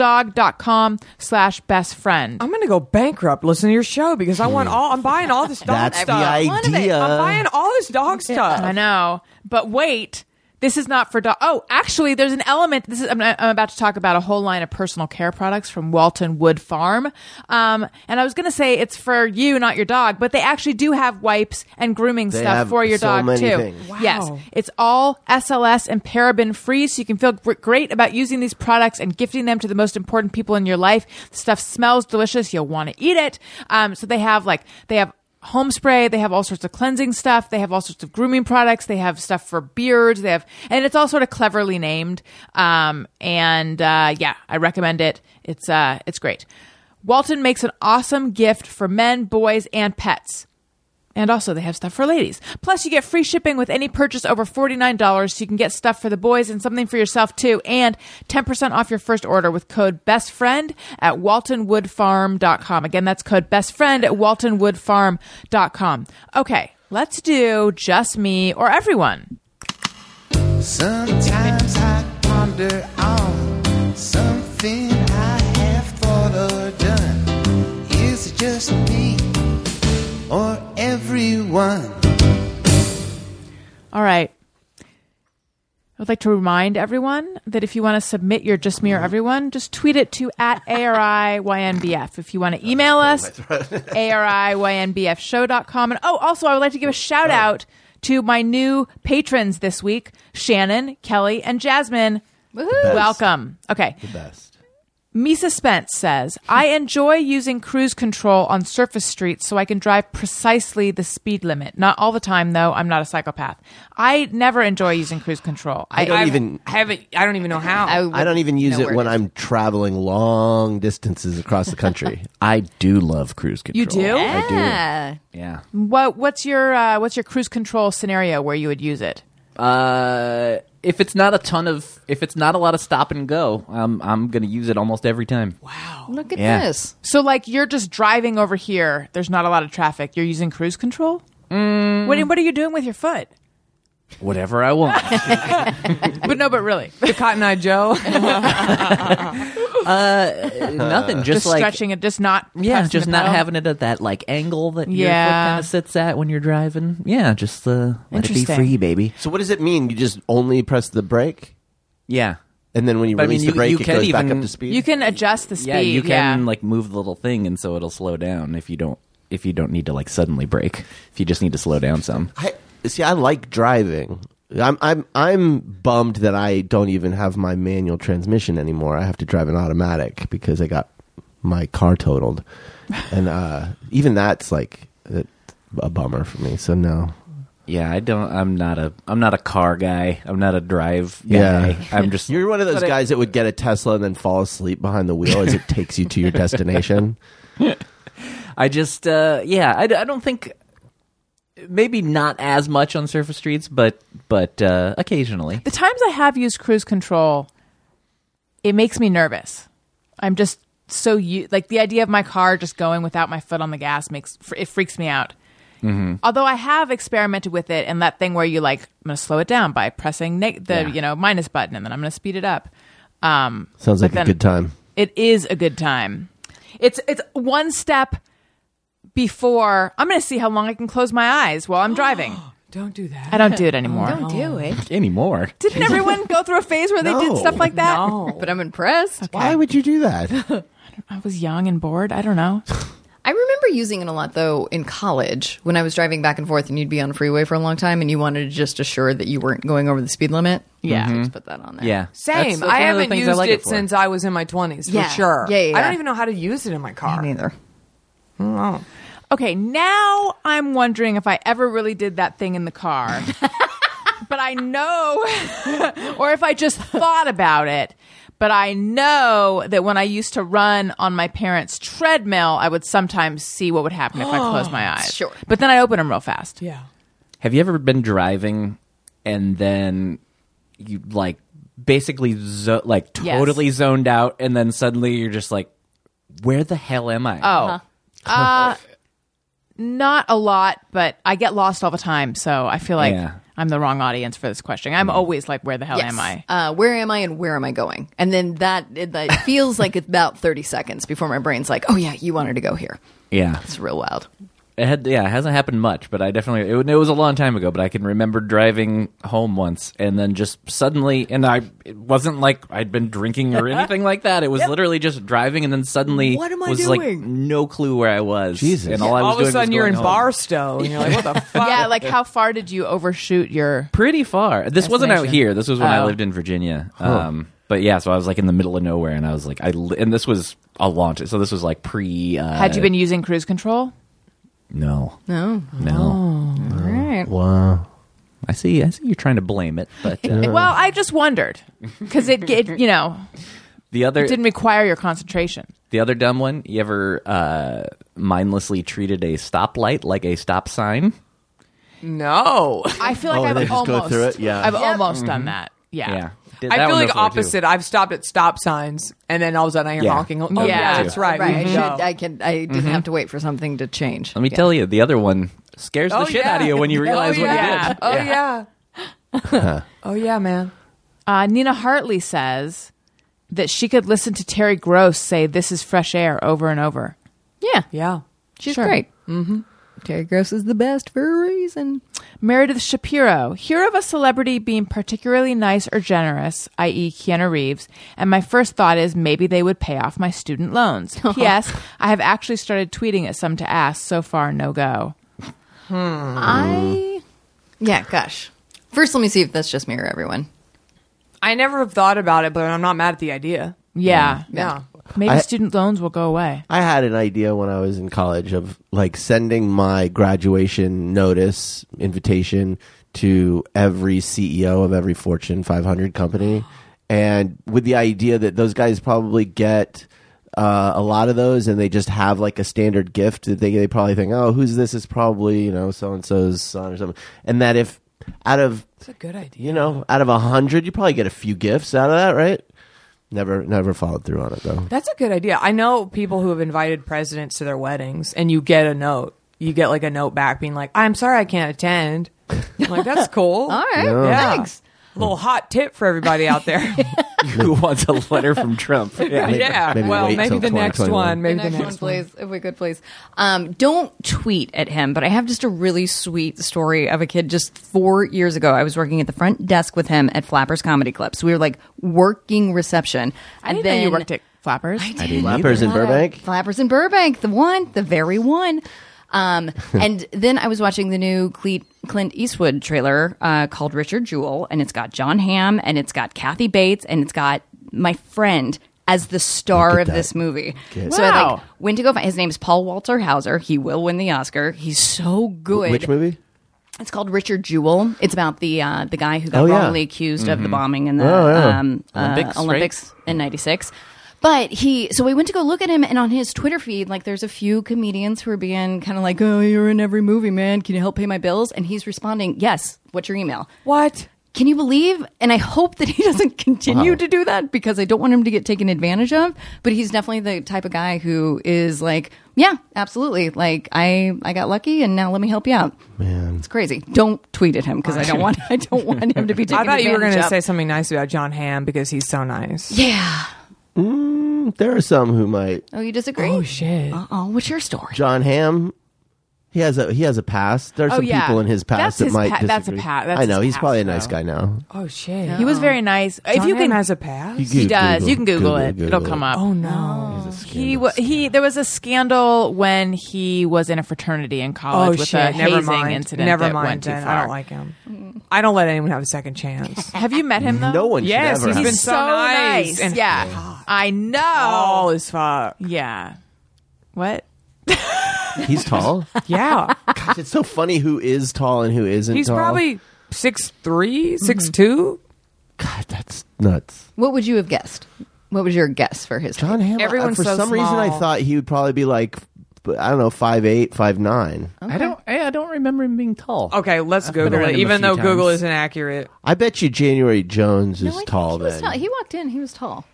Thefarmersdog.com slash best
Oh
friend.
I'm gonna go bankrupt. Listen to your show because I want all. I'm buying all this dog
That's the
stuff.
One of it. idea.
I'm buying all this dog stuff.
I know, but wait. This is not for dog. Oh, actually, there's an element. This is I'm, I'm about to talk about a whole line of personal care products from Walton Wood Farm, um, and I was going to say it's for you, not your dog, but they actually do have wipes and grooming
They have
stuff for your
so
dog
many
too.
things.
Yes, it's all SLS and paraben free, so you can feel gr- great about using these products and gifting them to the most important people in your life. The stuff smells delicious; you'll want to eat it. Um, so they have like they have home spray. They have all sorts of cleansing stuff. They have all sorts of grooming products. They have stuff for beards. They have, and it's all sort of cleverly named. Um, and uh, yeah, I recommend it. It's uh, it's great. Walton makes an awesome gift for men, boys, and pets. And also, they have stuff for ladies. Plus, you get free shipping with any purchase over $49, so you can get stuff for the boys and something for yourself, too. And 10% off your first order with code BESTFRIEND at waltonwoodfarm.com. Again, that's code BESTFRIEND at waltonwoodfarm.com. Okay, let's do just me or everyone.
Sometimes I ponder on something I have thought or done. Is it just me or everyone?
All right. I'd like to remind everyone that if you want to submit your Just Me or Everyone, just tweet it to at ARIYNBF. If you want to email us, ARIYNBFshow.com. And oh, also, I would like to give a shout out to my new patrons this week Shannon, Kelly, and Jasmine.
Woohoo.
Welcome. Okay.
Best.
Misa Spence says, I enjoy using cruise control on surface streets so I can drive precisely the speed limit. Not all the time, though. I'm not a psychopath. I never enjoy using cruise control. I,
I don't
I've-
even.
I haven't. I don't even know how.
I, would
I don't even use
know
it
where
when
is.
I'm traveling long distances across the country. I do love cruise control.
You do?
I do.
Yeah.
Yeah.
what, what's your uh, what's your cruise control scenario where you would use it?
Uh, if it's not a ton of, if it's not a lot of stop and go, um, I'm gonna use it almost every time.
Look at
Yeah.
this.
So, like, you're just driving over here. There's not a lot of traffic. You're using cruise control.
Mm.
What, what are you doing with your foot?
Whatever I want.
But no, but really,
the Cotton Eye Joe.
Uh, Nothing. Just,
just
like
stretching it, just not
yeah,
pressing
just
the
not
pedal.
having it at that like angle that your
Yeah.
foot kind of sits at when you're driving. Yeah, just uh, let it be
Interesting.
free, baby.
So what does it mean? You just only press the brake,
Yeah.
and then when you
But I
release
mean,
the
you- you
brake, it
can
goes back
even-
up to speed.
You can adjust the speed.
yeah, you can like move the little thing, and so it'll slow down if you don't if you don't need to like suddenly brake. If you just need to slow down some.
I see. I like driving. I'm I'm I'm bummed that I don't even have my manual transmission anymore. I have to drive an automatic because I got my car totaled, and uh, even that's like a, a bummer for me. So no,
Yeah, I don't. I'm not a. I'm not a car guy. I'm not a drive
Yeah.
guy. I'm just.
you're one of those guys that would get a Tesla and then fall asleep behind the wheel as it takes you to your destination.
I just, uh, yeah, I, d- I don't think maybe not as much on surface streets, but but uh, occasionally.
the times I have used cruise control, it makes me nervous. I'm just so you like the idea of my car just going without my foot on the gas makes fr- it freaks me out. Although I have experimented with it and that thing where you like, I'm going to slow it down by pressing neg- the you know minus button, and then I'm going to speed it up. Um,
Sounds
but
like a
then-
good time.
It is a good time. It's it's one step before. I'm going to see how long I can close my eyes while I'm driving.
Don't do that.
I don't do it anymore.
Don't do it.
anymore.
Didn't everyone go through a phase where they
No.
did stuff like that?
No.
But I'm impressed.
Why would you do that?
I was young and bored. I don't know.
I remember using it a lot though in college when I was driving back and forth and you'd be on a freeway for a long time and you wanted to just assure that you weren't going over the speed limit.
Yeah.
So
Mm-hmm.
just put that on there.
Yeah.
Same.
That's- that's one
I
of the
haven't
things
used
like
it
for.
since I was in my twenties
Yeah.
for sure.
Yeah, yeah,
I
yeah.
don't even know how to use it in my car. Mm, oh,
Neither.
Okay, now I'm wondering if I ever really did that thing in the car. but I know, or if I just thought about it. But I know that when I used to run on my parents' treadmill, I would sometimes see what would happen if I closed my eyes.
Sure.
But then I open them real fast.
Yeah.
Have you ever been driving and then you like basically zo- like
Yes.
totally zoned out and then suddenly you're just like where the hell am I?
Oh. uh not a lot, but I get lost all the time, so I feel like
Yeah.
I'm the wrong audience for this question. I'm always like, where the hell
Yes.
am I?
Uh, where am I and where am I going? And then that it, that feels like it's about 30 seconds before my brain's like, oh yeah, you wanted to go here.
Yeah.
It's real wild.
It had yeah, it hasn't happened much, but I definitely it, wa- it was a long time ago, but I can remember driving home once and then just suddenly and I it wasn't like I'd been drinking or anything like that. It was literally just driving and then suddenly
What am I
was like
doing?
no clue where I was.
Jesus.
And all I was
All of
doing
a sudden,
was
you're
going
in
home.
Barstow, and you're like, "What the fuck?"
Yeah, like how far did you overshoot your
pretty far. This wasn't out
Destination.
here. This was when I
Oh.
lived in Virginia. Um, but yeah, so I was like in the middle of nowhere, and I was like, I li- and this was a launch. So this was like pre. Uh,
Had you been using cruise control?
No,
Oh.
No.
no.
All right.
Wow.
I see. I see. You're trying to blame it, but uh,
Well, I just wondered because it, it, you know,
the other
didn't require your concentration.
the other dumb one. You ever uh, mindlessly treated a stoplight like a stop sign?
no,
I feel like
Oh, and
I've
they just
almost,
go through it? Yeah. Mm-hmm.
I've almost done that. Yeah.
Did that
I feel
one
like
before, too.
opposite. I've stopped at stop signs, and then all of a sudden I hear
Yeah.
honking. Oh, yeah,
Yeah.
that's right. Mm-hmm.
Right.
We
I,
can
should,
go.
I, can, I didn't have to wait for something to change.
Let me tell you, the other one scares the
Oh,
shit
yeah.
out of you when you realize
oh,
what you
yeah.
did.
Oh yeah. oh yeah, man.
Uh, Nina Hartley says that she could listen to Terry Gross say "This is fresh air" over and over.
Yeah.
Yeah.
She's great. Mm-hmm. Terry Gross is the best for a reason.
Meredith Shapiro, hear of a celebrity being particularly nice or generous, i.e., Keanu Reeves, and my first thought is maybe they would pay off my student loans. P.S. I have actually started tweeting at some to ask. So far, no go. Hmm.
I. Yeah, gosh. First, let me see if that's just me or everyone.
I never have thought about it, but I'm not mad at the idea.
Yeah.
Yeah.
Maybe
I-
student loans will go away.
I had an idea when I was in college of like sending my graduation notice invitation to every CEO of every Fortune 500 company, and with the idea that those guys probably get uh, a lot of those, and they just have like a standard gift that they they probably think, oh, who's this? Is probably you know so and so's son or something, and that if out of
It's a good idea.
you know out of a hundred, you probably get a few gifts out of that, right? Never, never followed through on it though.
That's a good idea. I know people who have invited presidents to their weddings, and you get a note. You get like a note back being like, "I'm sorry I can't attend." I'm like that's cool.
All right.
Yeah.
Thanks.
Little hot tip for everybody out there.
Who wants a letter from Trump? Yeah.
yeah.
maybe
well,
wait
maybe
till
the next
2021.
one. Maybe
the next, one, please, if we could, please. Um, don't tweet at him, but I have just a really sweet story of a kid just four years ago. I was working at the front desk with him at Flappers Comedy Club, so we were like working reception.
I didn't know you worked at Flappers.
I didn't Flappers in Burbank.
Flappers in Burbank, the one, the very one. Um, and then I was watching the new Cle- Clint Eastwood trailer uh, called Richard Jewell, and it's got John Hamm, and it's got Kathy Bates, and it's got my friend as the
Look
star
at
of
that.
this movie. So I
Wow.
like went to go find his name's Paul Walter Hauser. He will win the Oscar. He's so good.
Which movie?
It's called Richard Jewell. It's about the uh, the guy who got
Oh, yeah.
wrongly accused of the bombing in the
Oh, yeah.
um, uh,
Olympics,
Olympics,
right?
in '96. But he, so we went to go look at him, and on his Twitter feed, like there's a few comedians who are being kind of like, "Oh, you're in every movie, man. Can you help pay my bills?" And he's responding, "Yes. What's your email?"
What?
can you believe? And I hope that he doesn't continue to do that because I don't want him to get taken advantage of. But he's definitely the type of guy who is like, yeah, absolutely. Like I, I got lucky, and now let me help you out. Man, it's crazy. Don't tweet at him because I don't want, I don't want him to be taken.
I thought you were
going to
say something nice about John Hamm because he's so nice.
yeah.
There are some who might.
Oh, you disagree?
Oh shit!
Oh, what's your story?
John Hamm. He has a he has a past. There are
Oh,
some
yeah.
people in his past
That's
that
his
might
pa-
disagree.
that's a pa- that's
I know
his
he's probably a
past,
nice
though.
guy now.
Oh shit!
He was very nice. if
John
you can,
Hamm has a pass.
You
he
Google-
does. you can Google, it. It'll come up.
oh no!
He wa- he. There was a scandal when he was in a fraternity in college
oh
with
shit!
a
Never
hazing
mind.
incident.
Never
that
mind.
Went too
then.
far.
I don't like him. I don't let anyone have a second chance.
Have you met him though?
No one
Yes,
should ever
he's
have
been
it.
so nice and
yeah, I
Tall
know.
as fuck.
Yeah. What?
He's tall.
Yeah,
Gosh, it's so funny who is tall and who isn't.
he's
tall.
probably six three, six two.
God, that's nuts.
What would you have guessed? What was your guess for his?
John Hamm.
Everyone's
for
so
some reason, I
small.
thought he would probably be like I don't know, five eight, five nine.
I don't. I, I don't remember him being tall.
Okay, let's Google
around
it.
him a
Even
few
though Google
times.
isn't accurate,
I bet you January Jones
No,
is
I think
tall
he was
then.
tall. He walked in. He was tall.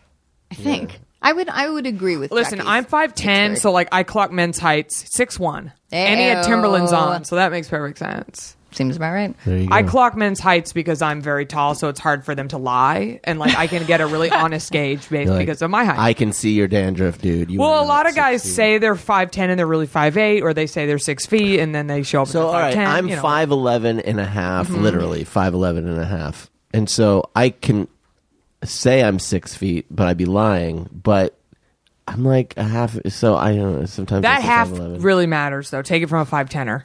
I think. I would. I would agree with.
listen,
Jackie's
I'm five ten,
picture.
so like I clock men's heights six one, and he had
Ew.
Timberlands on, so that makes perfect sense.
seems about right.
There you go.
I clock men's heights because I'm very tall, so it's hard for them to lie, and like I can get a really honest gauge
You're
based
like,
because of my height.
I can see your dandruff, dude. You
well,
are
a lot
not
of guys
60.
say they're five ten and they're really five eight, or they say they're six feet and then they show up.
So, all right, I'm
five.
5'11 and a half,
Mm-hmm.
literally 5'11 and a half. And so I can say I'm six feet, but I'd be lying. But I'm like a half. So I don't know. Sometimes I
That
say
half
5'11.
really matters, though. Take it from a five tenner.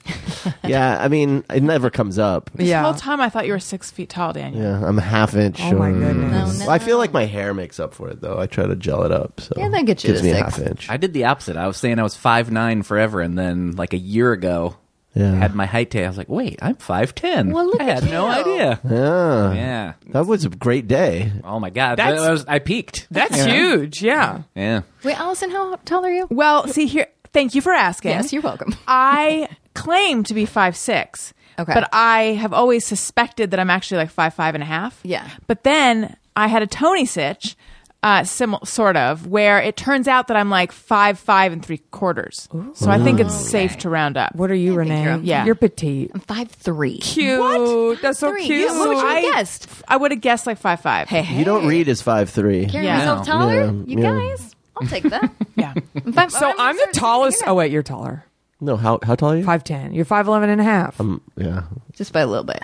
Yeah, I mean, it never comes up.
The whole
Yeah.
time I thought you were six feet tall, Daniel.
Yeah, I'm a half inch.
Oh my goodness.
No,
I feel like my hair makes up for it though. I try to gel it up. So
Yeah, that gets you
gives
to
me
six.
a half inch.
I did the opposite. I was saying I was five nine forever, and then like a year ago,
Yeah.
had my height day. I was like, wait, I'm five ten.
Well, look
I
at
had no
you.
idea.
Yeah.
Yeah.
that was a great day.
Oh my god,
That's-
I, was, I peaked.
That's
Yeah.
huge. Yeah.
Yeah.
Wait, Allison, how tall are you?
Well, see here. Thank you for asking.
Yes, you're welcome.
I claim to be five six.
Okay.
But I have always suspected that I'm actually like five five and a half.
Yeah.
But then I had a Tony sitch, uh, sim- sort of, where it turns out that I'm like five five and three quarters. So I think it's safe to round up.
What are you, Renee?
you're-
yeah.
You're petite.
I'm five three.
Cute.
What?
That's so
Three.
cute.
Yeah, what would you
I-
have guessed?
I would have guessed like five five.
Hey,
You don't read as five three.
Carry
Yeah.
yourself taller,
Yeah,
you
yeah.
guys. I'll take that.
Yeah.
I'm five,
so I'm the tallest. Oh, wait, you're taller.
No, how how tall are you?
5'10. You're 5'11 and a half.
Yeah,
just by a little bit.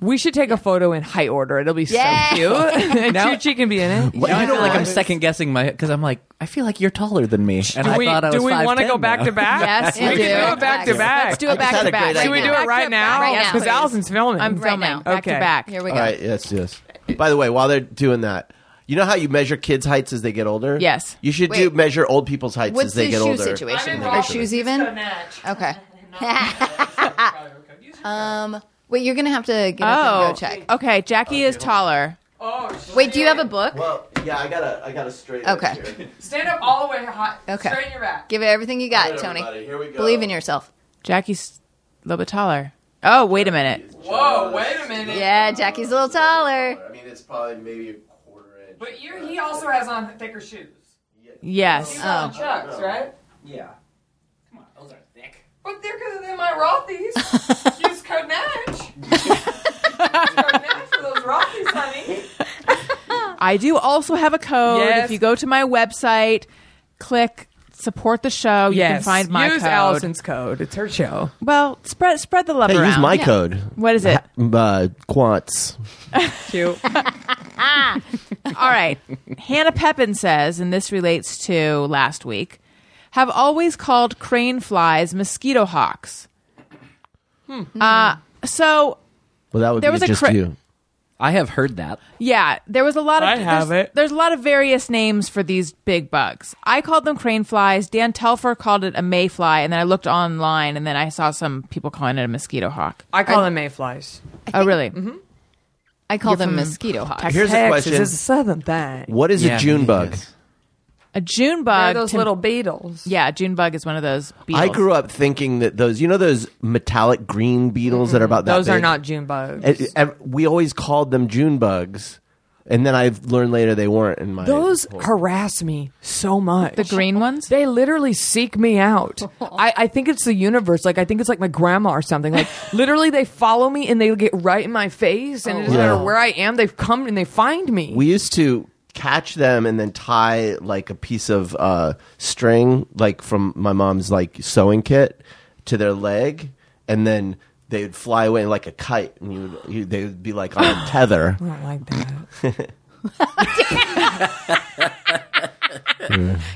we should take a photo in height order. It'll be
Yeah.
so cute. and
Now-
Chuchi can be in it.
Now I feel like I'm second guessing my because I'm like I feel like you're taller than me, and
Do
I
we,
thought I was
do we
want
wanna go back to back?
Yes,
you
we
do.
can do it back to back.
Let's do it
I just
back
had
to
a
back.
great
Should we
idea.
do it
Back
right
right
now?
now,
Because
please.
Allison's filming.
I'm filming back
Okay.
to back.
Here we
All
go.
right, yes, yes. By the way, while they're doing that, you know how you measure kids' heights as they get older?
Yes.
You should do
Wait.
measure old people's heights
What's
as they
the
get
shoe
older.
situation?
They
Are
measure
shoes
it.
even? Okay. um. Wait, you're gonna have to get up
Oh,
and go check.
okay. Jackie is taller.
Wait, do you have a book?
Well, yeah, I got a, I got a straight.
Okay.
edge here.
Stand up all the way high.
Okay.
Straighten your back.
Give it everything you got,
All right,
Tony.
everybody, here we go.
Believe in yourself.
Jackie's a little bit taller. Oh, wait a minute.
Whoa, wait a minute.
Yeah, Jackie's a little taller.
I mean, it's probably maybe a quarter inch.
But you, he also has on thicker shoes.
Yes.
Oh.
Chucks, right?
Yeah. Come on, those are thick.
But they're because they're my Rothies. Use code Natch. code Natch for those Rothies, honey.
I do also have a code.
Yes.
If you go to my website, click support the show. You can find my
Use
code.
Allison's code. It's her show.
Well, spread spread the love
Hey,
around.
use my
Yeah.
code.
what is it?
Uh, quants.
Cute.
All right. Hannah Pepin says, and this relates to last week, have always called crane flies mosquito hawks.
Hmm.
Uh, so
Well, that would
There
be
was a
just
cra-
you.
I have heard that.
Yeah, there was a lot of.
I have
there's,
it.
There's a lot of various names for these big bugs. I called them crane flies. Dan Telfer called it a mayfly, and then I looked online, and then I saw some people calling it a mosquito hawk.
I call them mayflies.
oh, really?
I call them mosquito hawks.
Here's a
Texas
question.
is a southern thing.
What is
Yeah,
a June
it
bug?
is.
A June
They're
bug.
those
to-
little beetles.
Yeah, June bug is one of those. Beetles.
I grew up thinking that those, you know, those metallic green beetles that are about that
Those are
big?
not June bugs.
It- ev- we always called them June bugs, and then I learned later they weren't in my.
Those harass me so much.
the green ones.
They literally seek me out. I, I think it's the universe. Like I think it's like my grandma or something. Like literally, they follow me and they get right in my face, and it doesn't
Yeah.
matter where I am. They've come and they find me.
we used to catch them and then tie like a piece of uh, string, like from my mom's like sewing kit, to their leg, and then they would fly away like a kite, and you would, you, they would be like on a tether.
I don't like that.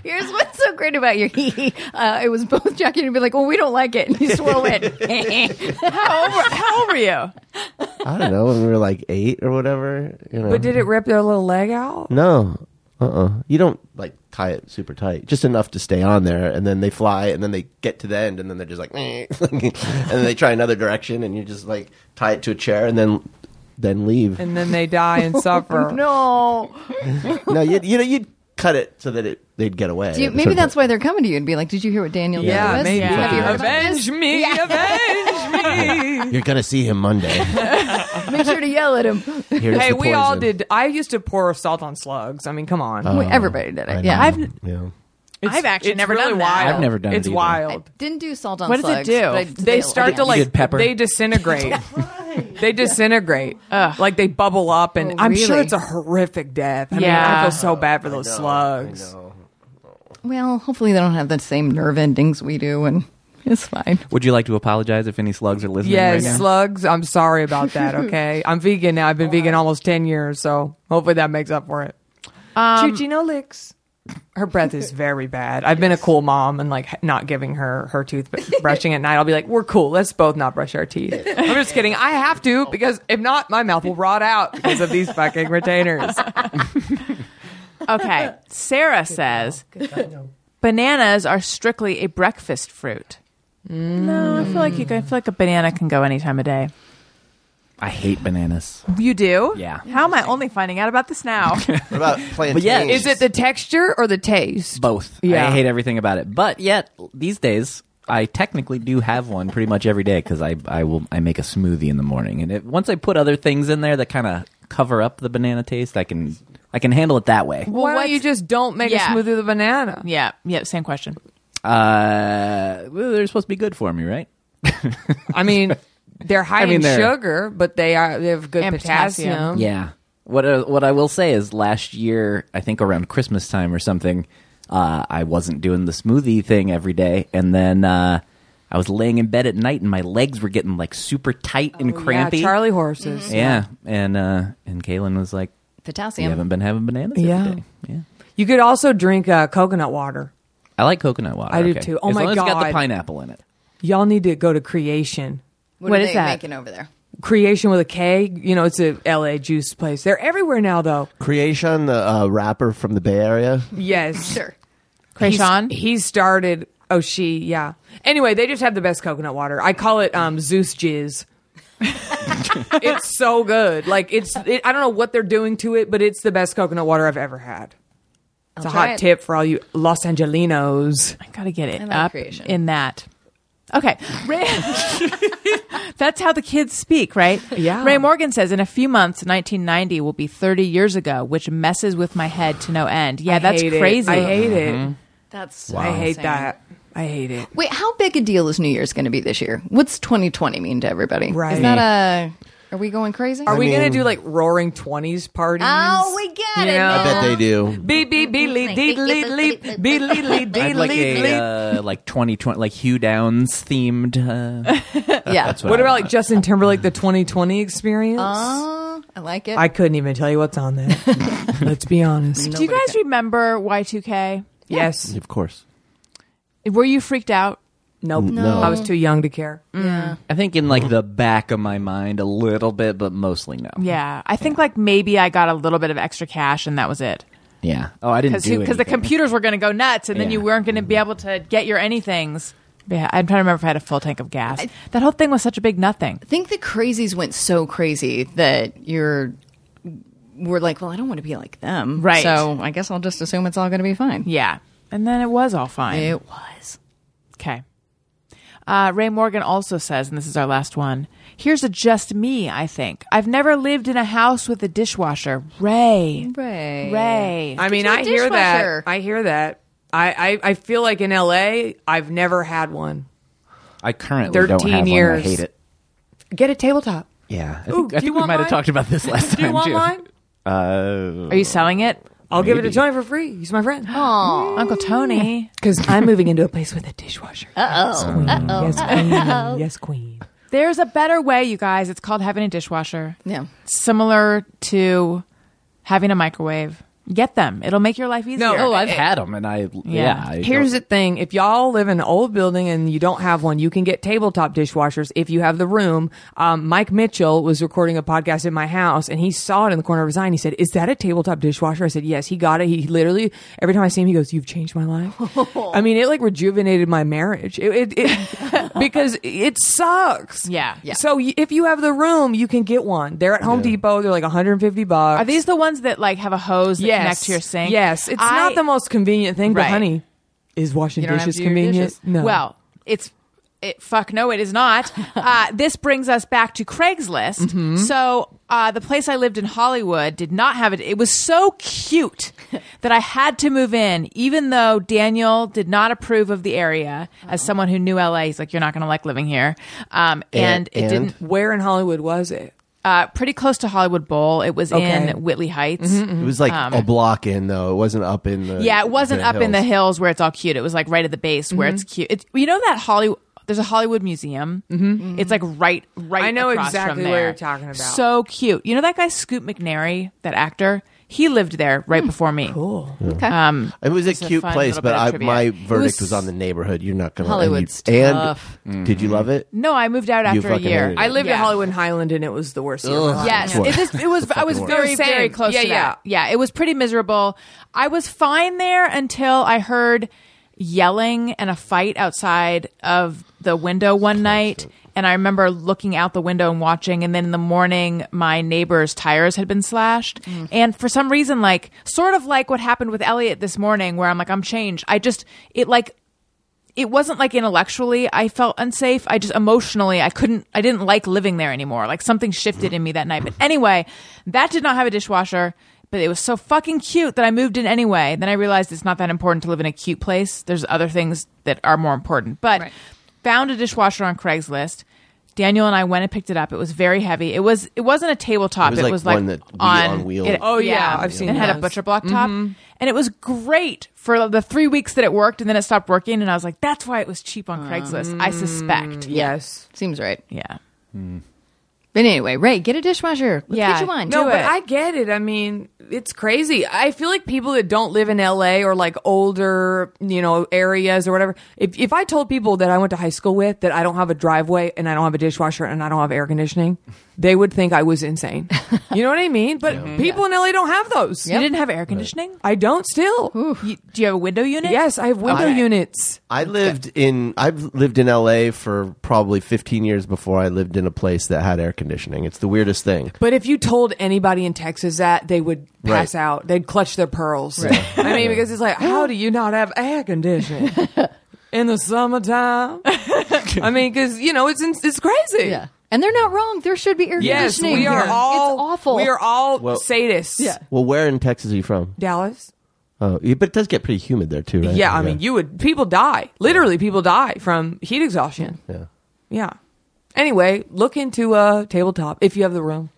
Here's what's so great about your hee hee. Uh, it was both Jackie and be like, well, we don't like it. And you swirl it.
How old, were- how old were you?
I don't know when we were like eight or whatever. You know,
But did it rip their little leg out?
no. Uh uh You don't like tie it super tight, just enough to stay on there, and then they fly, and then they get to the end, and then they're just like, "Meh." and then they try another direction, and you just like tie it to a chair, and then then leave.
And then they die and suffer.
no.
no, you you know you'd cut it so that it they'd get away.
Do you,
at a
maybe
certain
that's
point.
why they're coming to you and be like, did you hear what Daniel did
Yeah,
to us?
maybe.
Yeah.
Have you heard about this?
Avenge me, avenge me.
you're gonna see him Monday.
Make sure to yell at him.
Here's
hey,
the
we all
poison.
did. I used to pour salt on slugs. I mean, come on.
Wait, Everybody did
I know.
it. Yeah. I've,
yeah.
It's-
I've actually
it's
never
really
done that.
wild.
I've never done it
It's
either.
I
wild.
didn't do salt on
What does it
slugs.
do?
but I
They
did
They
it
start to
once.
like
did pepper?
they disintegrate. they disintegrate. Like they bubble up, and
Oh,
I'm sure
really?
it's a horrific death. I mean, I
Yeah.
feel so bad for those slugs.
Well, hopefully they don't have the same nerve endings we do, and it's fine.
Would you like to apologize if any slugs are listening
Yes,
right now?
slugs. I'm sorry about that. Okay, I'm vegan now. I've been vegan almost ten years, so hopefully that makes up for it. Um, no licks. Her breath is very bad. I've been a cool mom and like not giving her her tooth brushing at night. I'll be like, "We're cool. Let's both not brush our teeth." I'm just kidding. I have to because if not, my mouth will rot out because of these fucking retainers.
Okay. Sarah says bananas are strictly a breakfast fruit. No, I feel like you. Can, I feel like a banana can go any time of day.
I hate bananas.
You do?
Yeah.
How am I only finding out about this now?
What about plantains?
yeah,
Is it the texture or the taste?
Both.
Yeah.
I hate everything about it. But yet, these days, I technically do have one pretty much every day because I, I will I make a smoothie in the morning, and it, once I put other things in there that kind of cover up the banana taste, I can I can handle it that way.
Why don't
what's-
you just don't make
Yeah.
a smoothie with a banana?
yeah. Yeah. Same question.
Uh, well, they're supposed to be good for me, right?
I mean, they're high
I mean,
in
they're-
sugar, but they are they have good
And
potassium.
potassium.
Yeah. What uh, what I will say is last year, I think around Christmas time or something, uh, I wasn't doing the smoothie thing every day, and then uh, I was laying in bed at night, and my legs were getting like super tight and crampy.
Oh,
Mm-hmm.
Yeah, Charlie horses.
Yeah, and uh, and Kaylin was like, "You
Potassium.
haven't been having bananas every
Yeah.
day." Yeah,
You could also drink uh, coconut water.
I like coconut water.
I do
okay.
too. Oh
as
my
long as it's got
God.
the pineapple in it.
Y'all need to go to Creation.
What,
What
are
is
they
that?
making over there?
Creation with a K. You know, it's a LA juice place. They're everywhere now, though.
Creation, the uh, rapper from the Bay Area.
Yes.
Sure.
Krayshawn?
He's- He started. Oh, she. Yeah. Anyway, they just have the best coconut water. I call it um, Zeus jizz. it's so good. Like it's. It, I don't know what they're doing to it, but it's the best coconut water I've ever had. It's a
try
hot
it.
tip for all you Los Angelinos.
I gotta get it
like
up
creation.
in that. Okay. Ray- That's how the kids speak, right?
Yeah.
Ray Morgan says in a few months, 1990 will be 30 years ago, which messes with my head to no end. Yeah,
I
that's
hate it.
crazy.
I hate it.
Mm-hmm.
That's
I hate
insane.
that. I hate it.
Wait, how big a deal is New Year's going to be this year? What's 2020 mean to everybody?
Right.
Is that a? Are we going crazy?
Are we gonna do like roaring twenties parties?
Oh, we get it
I bet they do.
Beep beep beep dee lee lee beep lee lee dee
I'd like
lee
a
lee.
uh, like twenty twenty like Hugh Downs themed. Uh,
yeah.
that's what.
What
I
about
want.
like Justin Timberlake the 2020 experience?
Uh, I like it.
I couldn't even tell you what's on there. Let's be honest.
Do you guys remember Y2K?
Yes.
Of course.
Were you freaked out?
Nope. No. I was too young to care.
I think in like the back of my mind a little bit, but mostly no.
Yeah. I think like maybe I got a little bit of extra cash and that was it.
Yeah. Oh, I didn't
Because
do it
the computers were going to go nuts and then you
Yeah.
weren't going to be able to get your anythings. Mm-hmm. Yeah, I'm trying to remember if I had a full tank of gas. that whole thing was such a big nothing.
think the crazies went so crazy that your were like, well, I don't want to be like them.
Right.
So I guess I'll just assume it's all going to be fine.
Yeah. And then it was all fine.
It was.
Okay. Uh, Ray Morgan also says, and this is our last one here's a just me, I think. I've never lived in a house with a dishwasher. Ray.
Ray.
Ray.
I mean,
you a
I hear
dishwasher.
that. I hear that. I, I, I feel like in LA, I've never had one.
I currently don't
13
have one. I
years.
hate it.
Get a tabletop.
Yeah, I think,
Ooh,
I
do you
think we
want
might have
mine?
talked about this last
Do
time
you want
too.
mine?
Uh,
Are you selling it?
I'll give it to Tony for free. He's my friend.
Uncle Tony.
Because I'm moving into a place with a dishwasher.
Uh-oh.
Yes, queen. yes, queen.
There's a better way, you guys. It's called having a dishwasher.
Yeah.
Similar to having a microwave. Get them. It'll make your life easier.
oh, I've had them, and I yeah. I don't-
Here's the thing: if y'all live in an old building and you don't have one, you can get tabletop dishwashers if you have the room. Um, Mike Mitchell was recording a podcast in my house, and he saw it in the corner of his eye, and he said, "Is that a tabletop dishwasher?" I said, "Yes." He got it. He literally every time I see him, he goes, "You've changed my life." I mean, it like rejuvenated my marriage. It, it, it because it sucks.
Yeah. Yeah.
So y- if you have the room, you can get one. They're at Home Depot. They're like 150 bucks.
Are these the ones that like have a hose that
yes.
connect to your sink?
Yes, it's
I-
not the most convenient thing,
Right.
but honey, is washing
You don't have
dishes
to do your
convenient?
dishes.
No.
Well, it's it, fuck no, it is not. Uh, this brings us back to Craigslist.
Mm-hmm.
So uh, the place I lived in Hollywood did not have it. It was so cute that I had to move in, even though Daniel did not approve of the area. As
Uh-huh.
someone who knew LA, he's like, "You're not going to like living here," um,
And-
and, it
and?
didn't.
where in Hollywood was it?
Uh, pretty close to Hollywood Bowl. It was
Okay. Mm-hmm,
in Whitley Heights.
It was like a block in though. It wasn't up in the
Mm. Um, Yeah, it wasn't up in the
hills.
hills where it's all cute. It was like right at the base where
Mm-hmm.
it's cute. It's, you know that Hollywood. There's a Hollywood Museum. Mm-hmm. It's like right, right.
I know
across
exactly
from
where
there.
you're talking about.
So cute. You know that guy Scoot McNairy, that actor. He lived there right
Mm.
before me. Cool. Um,
It was a
a
cute
fun
place,
little
but
bit of
I,
trivia.
my
It
verdict was,
was-
on the neighborhood. You're not gonna
Hollywood's
and you, and-
tough.
Did
Mm-hmm.
you love it?
no, I moved out
You
after a
fucking
year.
hated it.
I lived
Yeah.
at Hollywood and Highland, and it was the worst. Year of my life.
Yes,
What?
it, is- it was. I was
worst.
very,
No,
very
same.
close
Yeah,
to that. Yeah, It was pretty miserable. I was fine there until I heard yelling and a fight outside of the window one night. And I remember looking out the window and watching. And then in the morning, my neighbor's tires had been slashed. And for some reason, like sort of like what happened with Elliot this morning, where I'm like, I'm changed. I just it like it wasn't like intellectually I felt unsafe. I just emotionally I couldn't I didn't like living there anymore. Like something shifted in me that night. But anyway, that did not have a dishwasher, but it was so fucking cute that I moved in anyway. Then I realized it's not that important to live in a cute place. There's other things that are more important. But
Right.
found a dishwasher on Craigslist. Daniel and I went and picked it up. It was very heavy. It was it wasn't a tabletop.
It was like one that wheel on wheel.
it-
Oh, yeah, I've seen
It had a
those.
butcher block top,
Mm-hmm.
and it was great for the three weeks that it worked, and then it stopped working. And I was like, that's why it was cheap on Craigslist. I
Mm,
suspect.
Yes.
Seems right.
Yeah.
But anyway, Ray, get a dishwasher. Let's
Yeah.
get you one.
No,
Do
but
it.
I get it. I mean, it's crazy. I feel like people that don't live in LA or like older, you know, areas or whatever. If if I told people that I went to high school with that I don't have a driveway and I don't have a dishwasher and I don't have air conditioning, they would think I was insane. you know what I mean? But people in LA don't have those.
You didn't have air conditioning.
I don't still.
You, do you have a window unit?
Yes, I have window
Okay.
units.
I lived in I've lived in LA for probably 15 years before I lived in a place that had air conditioning. It's the weirdest thing.
But if you told anybody in Texas that, they would pass
Right.
out. They'd clutch their pearls. I mean, because it's like, how do you not have air conditioning in the summertime? I mean, because you know, it's in, it's crazy.
Yeah. And they're not wrong. There should be air
Yes,
conditioning.
we are
here.
all
It's awful.
We are all
Well-
sadists.
Yeah.
Well, where in Texas are you from?
Dallas.
Oh, yeah, but it does get pretty humid there too, right?
Yeah, I mean, you would people die. Literally, people die from heat exhaustion.
Yeah.
Yeah. Anyway, look into a tabletop if you have the room.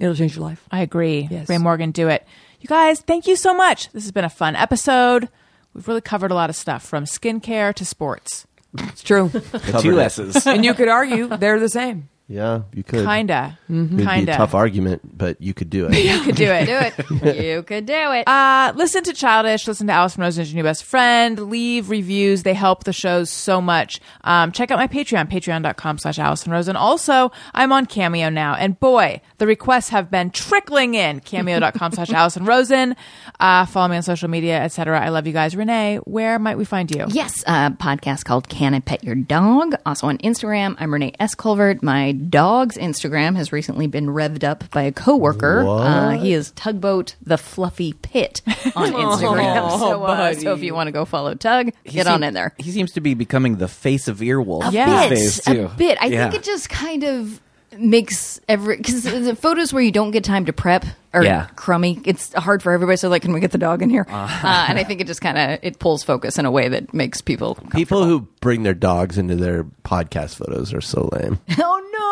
It'll change your life.
I agree.
Yes.
Ray Morgan, do it. You guys, thank you so much. This has been a fun episode. We've really covered a lot of stuff from skincare to sports.
It's true.
the two S's.
and you could argue they're the same.
Yeah, you could.
Kinda.
It'd be
Kinda.
a tough argument, but you could do it.
You could do it.
Do it. you could do it.
Uh, listen to Childish. Listen to Allison Rosen is your new best friend. Leave reviews. They help the shows so much. Um, check out my Patreon, patreon.com slash Allison Rosen. Also, I'm on Cameo now. And boy, the requests have been trickling in. Cameo.com slash Allison Rosen. Uh, follow me on social media, etc. I love you guys. Renee, where might we find you?
Yes, a podcast called Can I Pet Your Dog? Also on Instagram, I'm Renee S. Culvert. My dog's Instagram has recently been revved up by a coworker. Uh, he is Tugboat the Fluffy Pit on Instagram. so, uh, so if you want to go follow Tug, get on
seem-
in there.
He seems to be becoming the face of Earwolf
A
Yeah.
bit,
these days too.
a bit. I
Yeah.
think it just kind of makes every because the photos where you don't get time to prep are
Yeah.
crummy. It's hard for everybody. So like, can we get the dog in here? Uh, and I think it just kind of it pulls focus in a way that makes people.
People who bring their dogs into their podcast photos are so lame.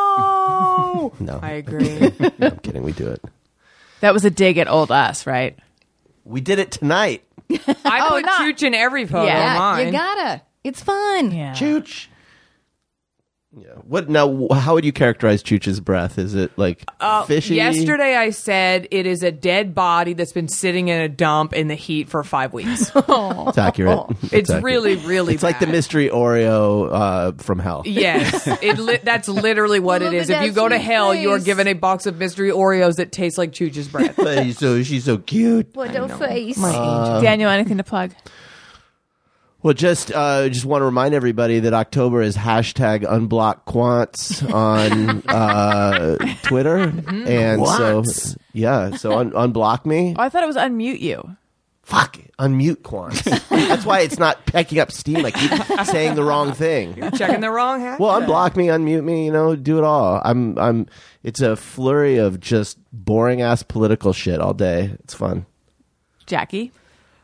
Oh no!
No,
I agree.
no, I'm kidding. We do it.
That was a dig at old us, right?
We did it tonight.
I put
not-
Chooch in every photo
Yeah,
of
Oh, yeah,
mine.
you gotta. It's fun.
Yeah.
Chooch. Yeah. What now? wh- How would you characterize Chooch's breath? Is it like fishy?
Uh, Yesterday, I said it is a dead body that's been sitting in a dump in the heat for five weeks.
Oh.
It's accurate.
It's
accurate.
really, really.
It's like the
bad.
mystery Oreo uh, from hell.
Yes, it li- that's literally what
Look
it is.
at
If you
that
go to
sweet
hell, you are
face.
given a box of mystery Oreos that taste like Chooch's breath.
But he's so she's so cute.
What a face.
Daniel, anything to plug?
Well, just uh, just want to remind everybody that October is hashtag unblock quants on uh, Twitter,
Mm-hmm.
and so yeah, so un- unblock me.
Oh, I thought it was unmute you.
Fuck, unmute quants. That's why it's not picking up steam. Like keep saying the wrong thing.
Checking the wrong hat.
Well, unblock me, unmute me, you know, do it all. I'm I'm it's a flurry of just boring ass political shit all day. It's fun.
Jackie.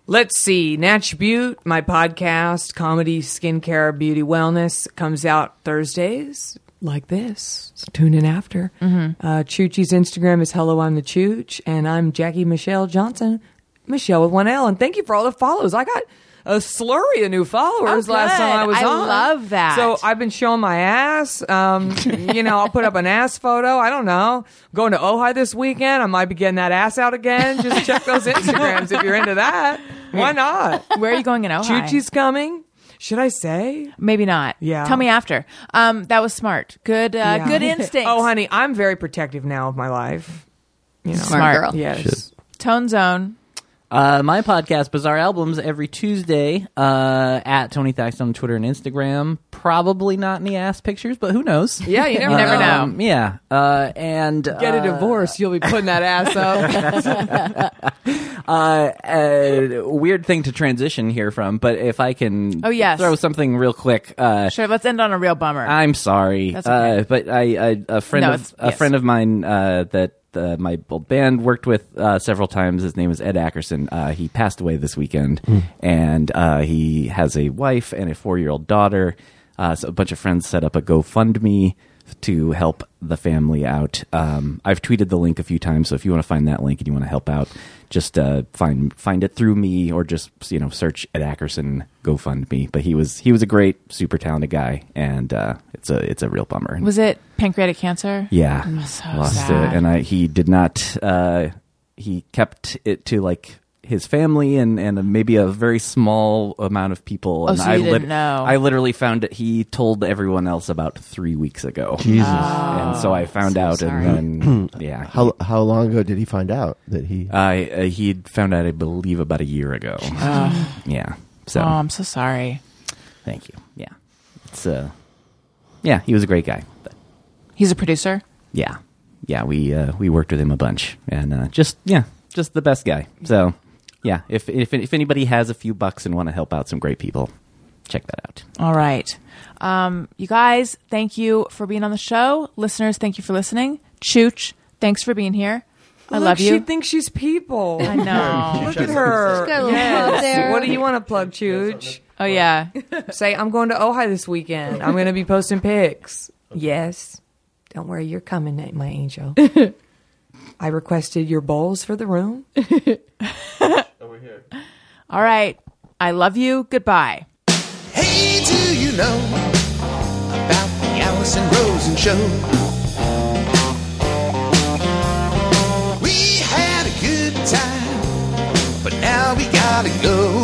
Let's see. Natch Butte, my podcast, comedy, skincare, beauty, wellness, comes out Thursdays like this. So tune in after. Mm-hmm. Uh, Choochie's Instagram is Hello, I'm the Chooch. And I'm Jackie Michelle Johnson, Michelle with one L. And thank you for all the follows. I got a slurry of new followers
Oh,
last time I
good.
was
I
on.
love that.
So I've been showing my ass. Um, you know, I'll put up an ass photo. I don't know. Going to Ojai this weekend. I might be getting that ass out again. Just check those Instagrams if you're into that. Why not?
Where are you going in Ohio?
Chuchi's coming. Should I say?
Maybe not.
Yeah.
Tell me after. Um, that was smart. Good. Uh,
Yeah.
Good instincts.
Oh, honey, I'm very protective now of my life. You know.
Smart,
Smart.
girl.
Yes.
Tone Zone.
Uh, my podcast, Bizarre Albums, every Tuesday uh, at Tony Thaxton on Twitter and Instagram. Probably not any ass pictures, but who knows?
Yeah, you never,
You never
know.
know.
Um, yeah, uh, and uh,
Get a divorce, you'll be putting that ass up.
uh, a weird thing to transition here from, but if I can,
Oh, yes.
throw something real quick. Uh,
Sure. Let's end on a real bummer.
I'm sorry,
That's okay.
uh, but I, I a friend
No,
of
it's-
a
yes.
friend of mine uh, that uh, my old band worked with uh, several times. His name is Ed Ackerson. Uh, he passed away this weekend, and uh, he has a wife and a four year old daughter. Uh, so a bunch of friends set up a GoFundMe to help the family out. Um, I've tweeted the link a few times, so if you want to find that link and you want to help out, just uh, find find it through me or just you know search Ed Ackerson GoFundMe. But he was he was a great, super talented guy, and uh, it's a it's a real bummer.
was it pancreatic cancer?
Yeah,
so
lost
sad.
it, and I, he did not. Uh, he kept it to like his family and and maybe a very small amount of people. and
Oh, so
I
you didn't know.
I literally found it. He told everyone else about three weeks ago. Jesus, and so I found out, and then yeah, he,
How how long ago did he find out that he
I uh, he had found out, I believe, about a year ago. yeah, so
Oh, I'm so sorry.
thank you. Yeah, it's uh, yeah, he was a great guy.
He's a producer.
yeah yeah we uh, we worked with him a bunch and uh, just yeah just the best guy so yeah if if if anybody has a few bucks and want to help out some great people check that out
All right. Um, you guys, thank you for being on the show. Listeners, thank you for listening. Chooch, thanks for being here. I
Look,
love
She
you.
thinks she's people.
I know.
Look at her.
Got a little plug there.
What do you want to plug, Chooch?
Oh yeah.
Say, I'm going to Ojai this weekend. I'm going to be posting pics. Yes. Don't worry, you're coming, night, my angel. I requested your bowls for the room.
All right. I love you. Goodbye.
Hey, do you know about the Allison Rosen show? We had a good time, but now we gotta go.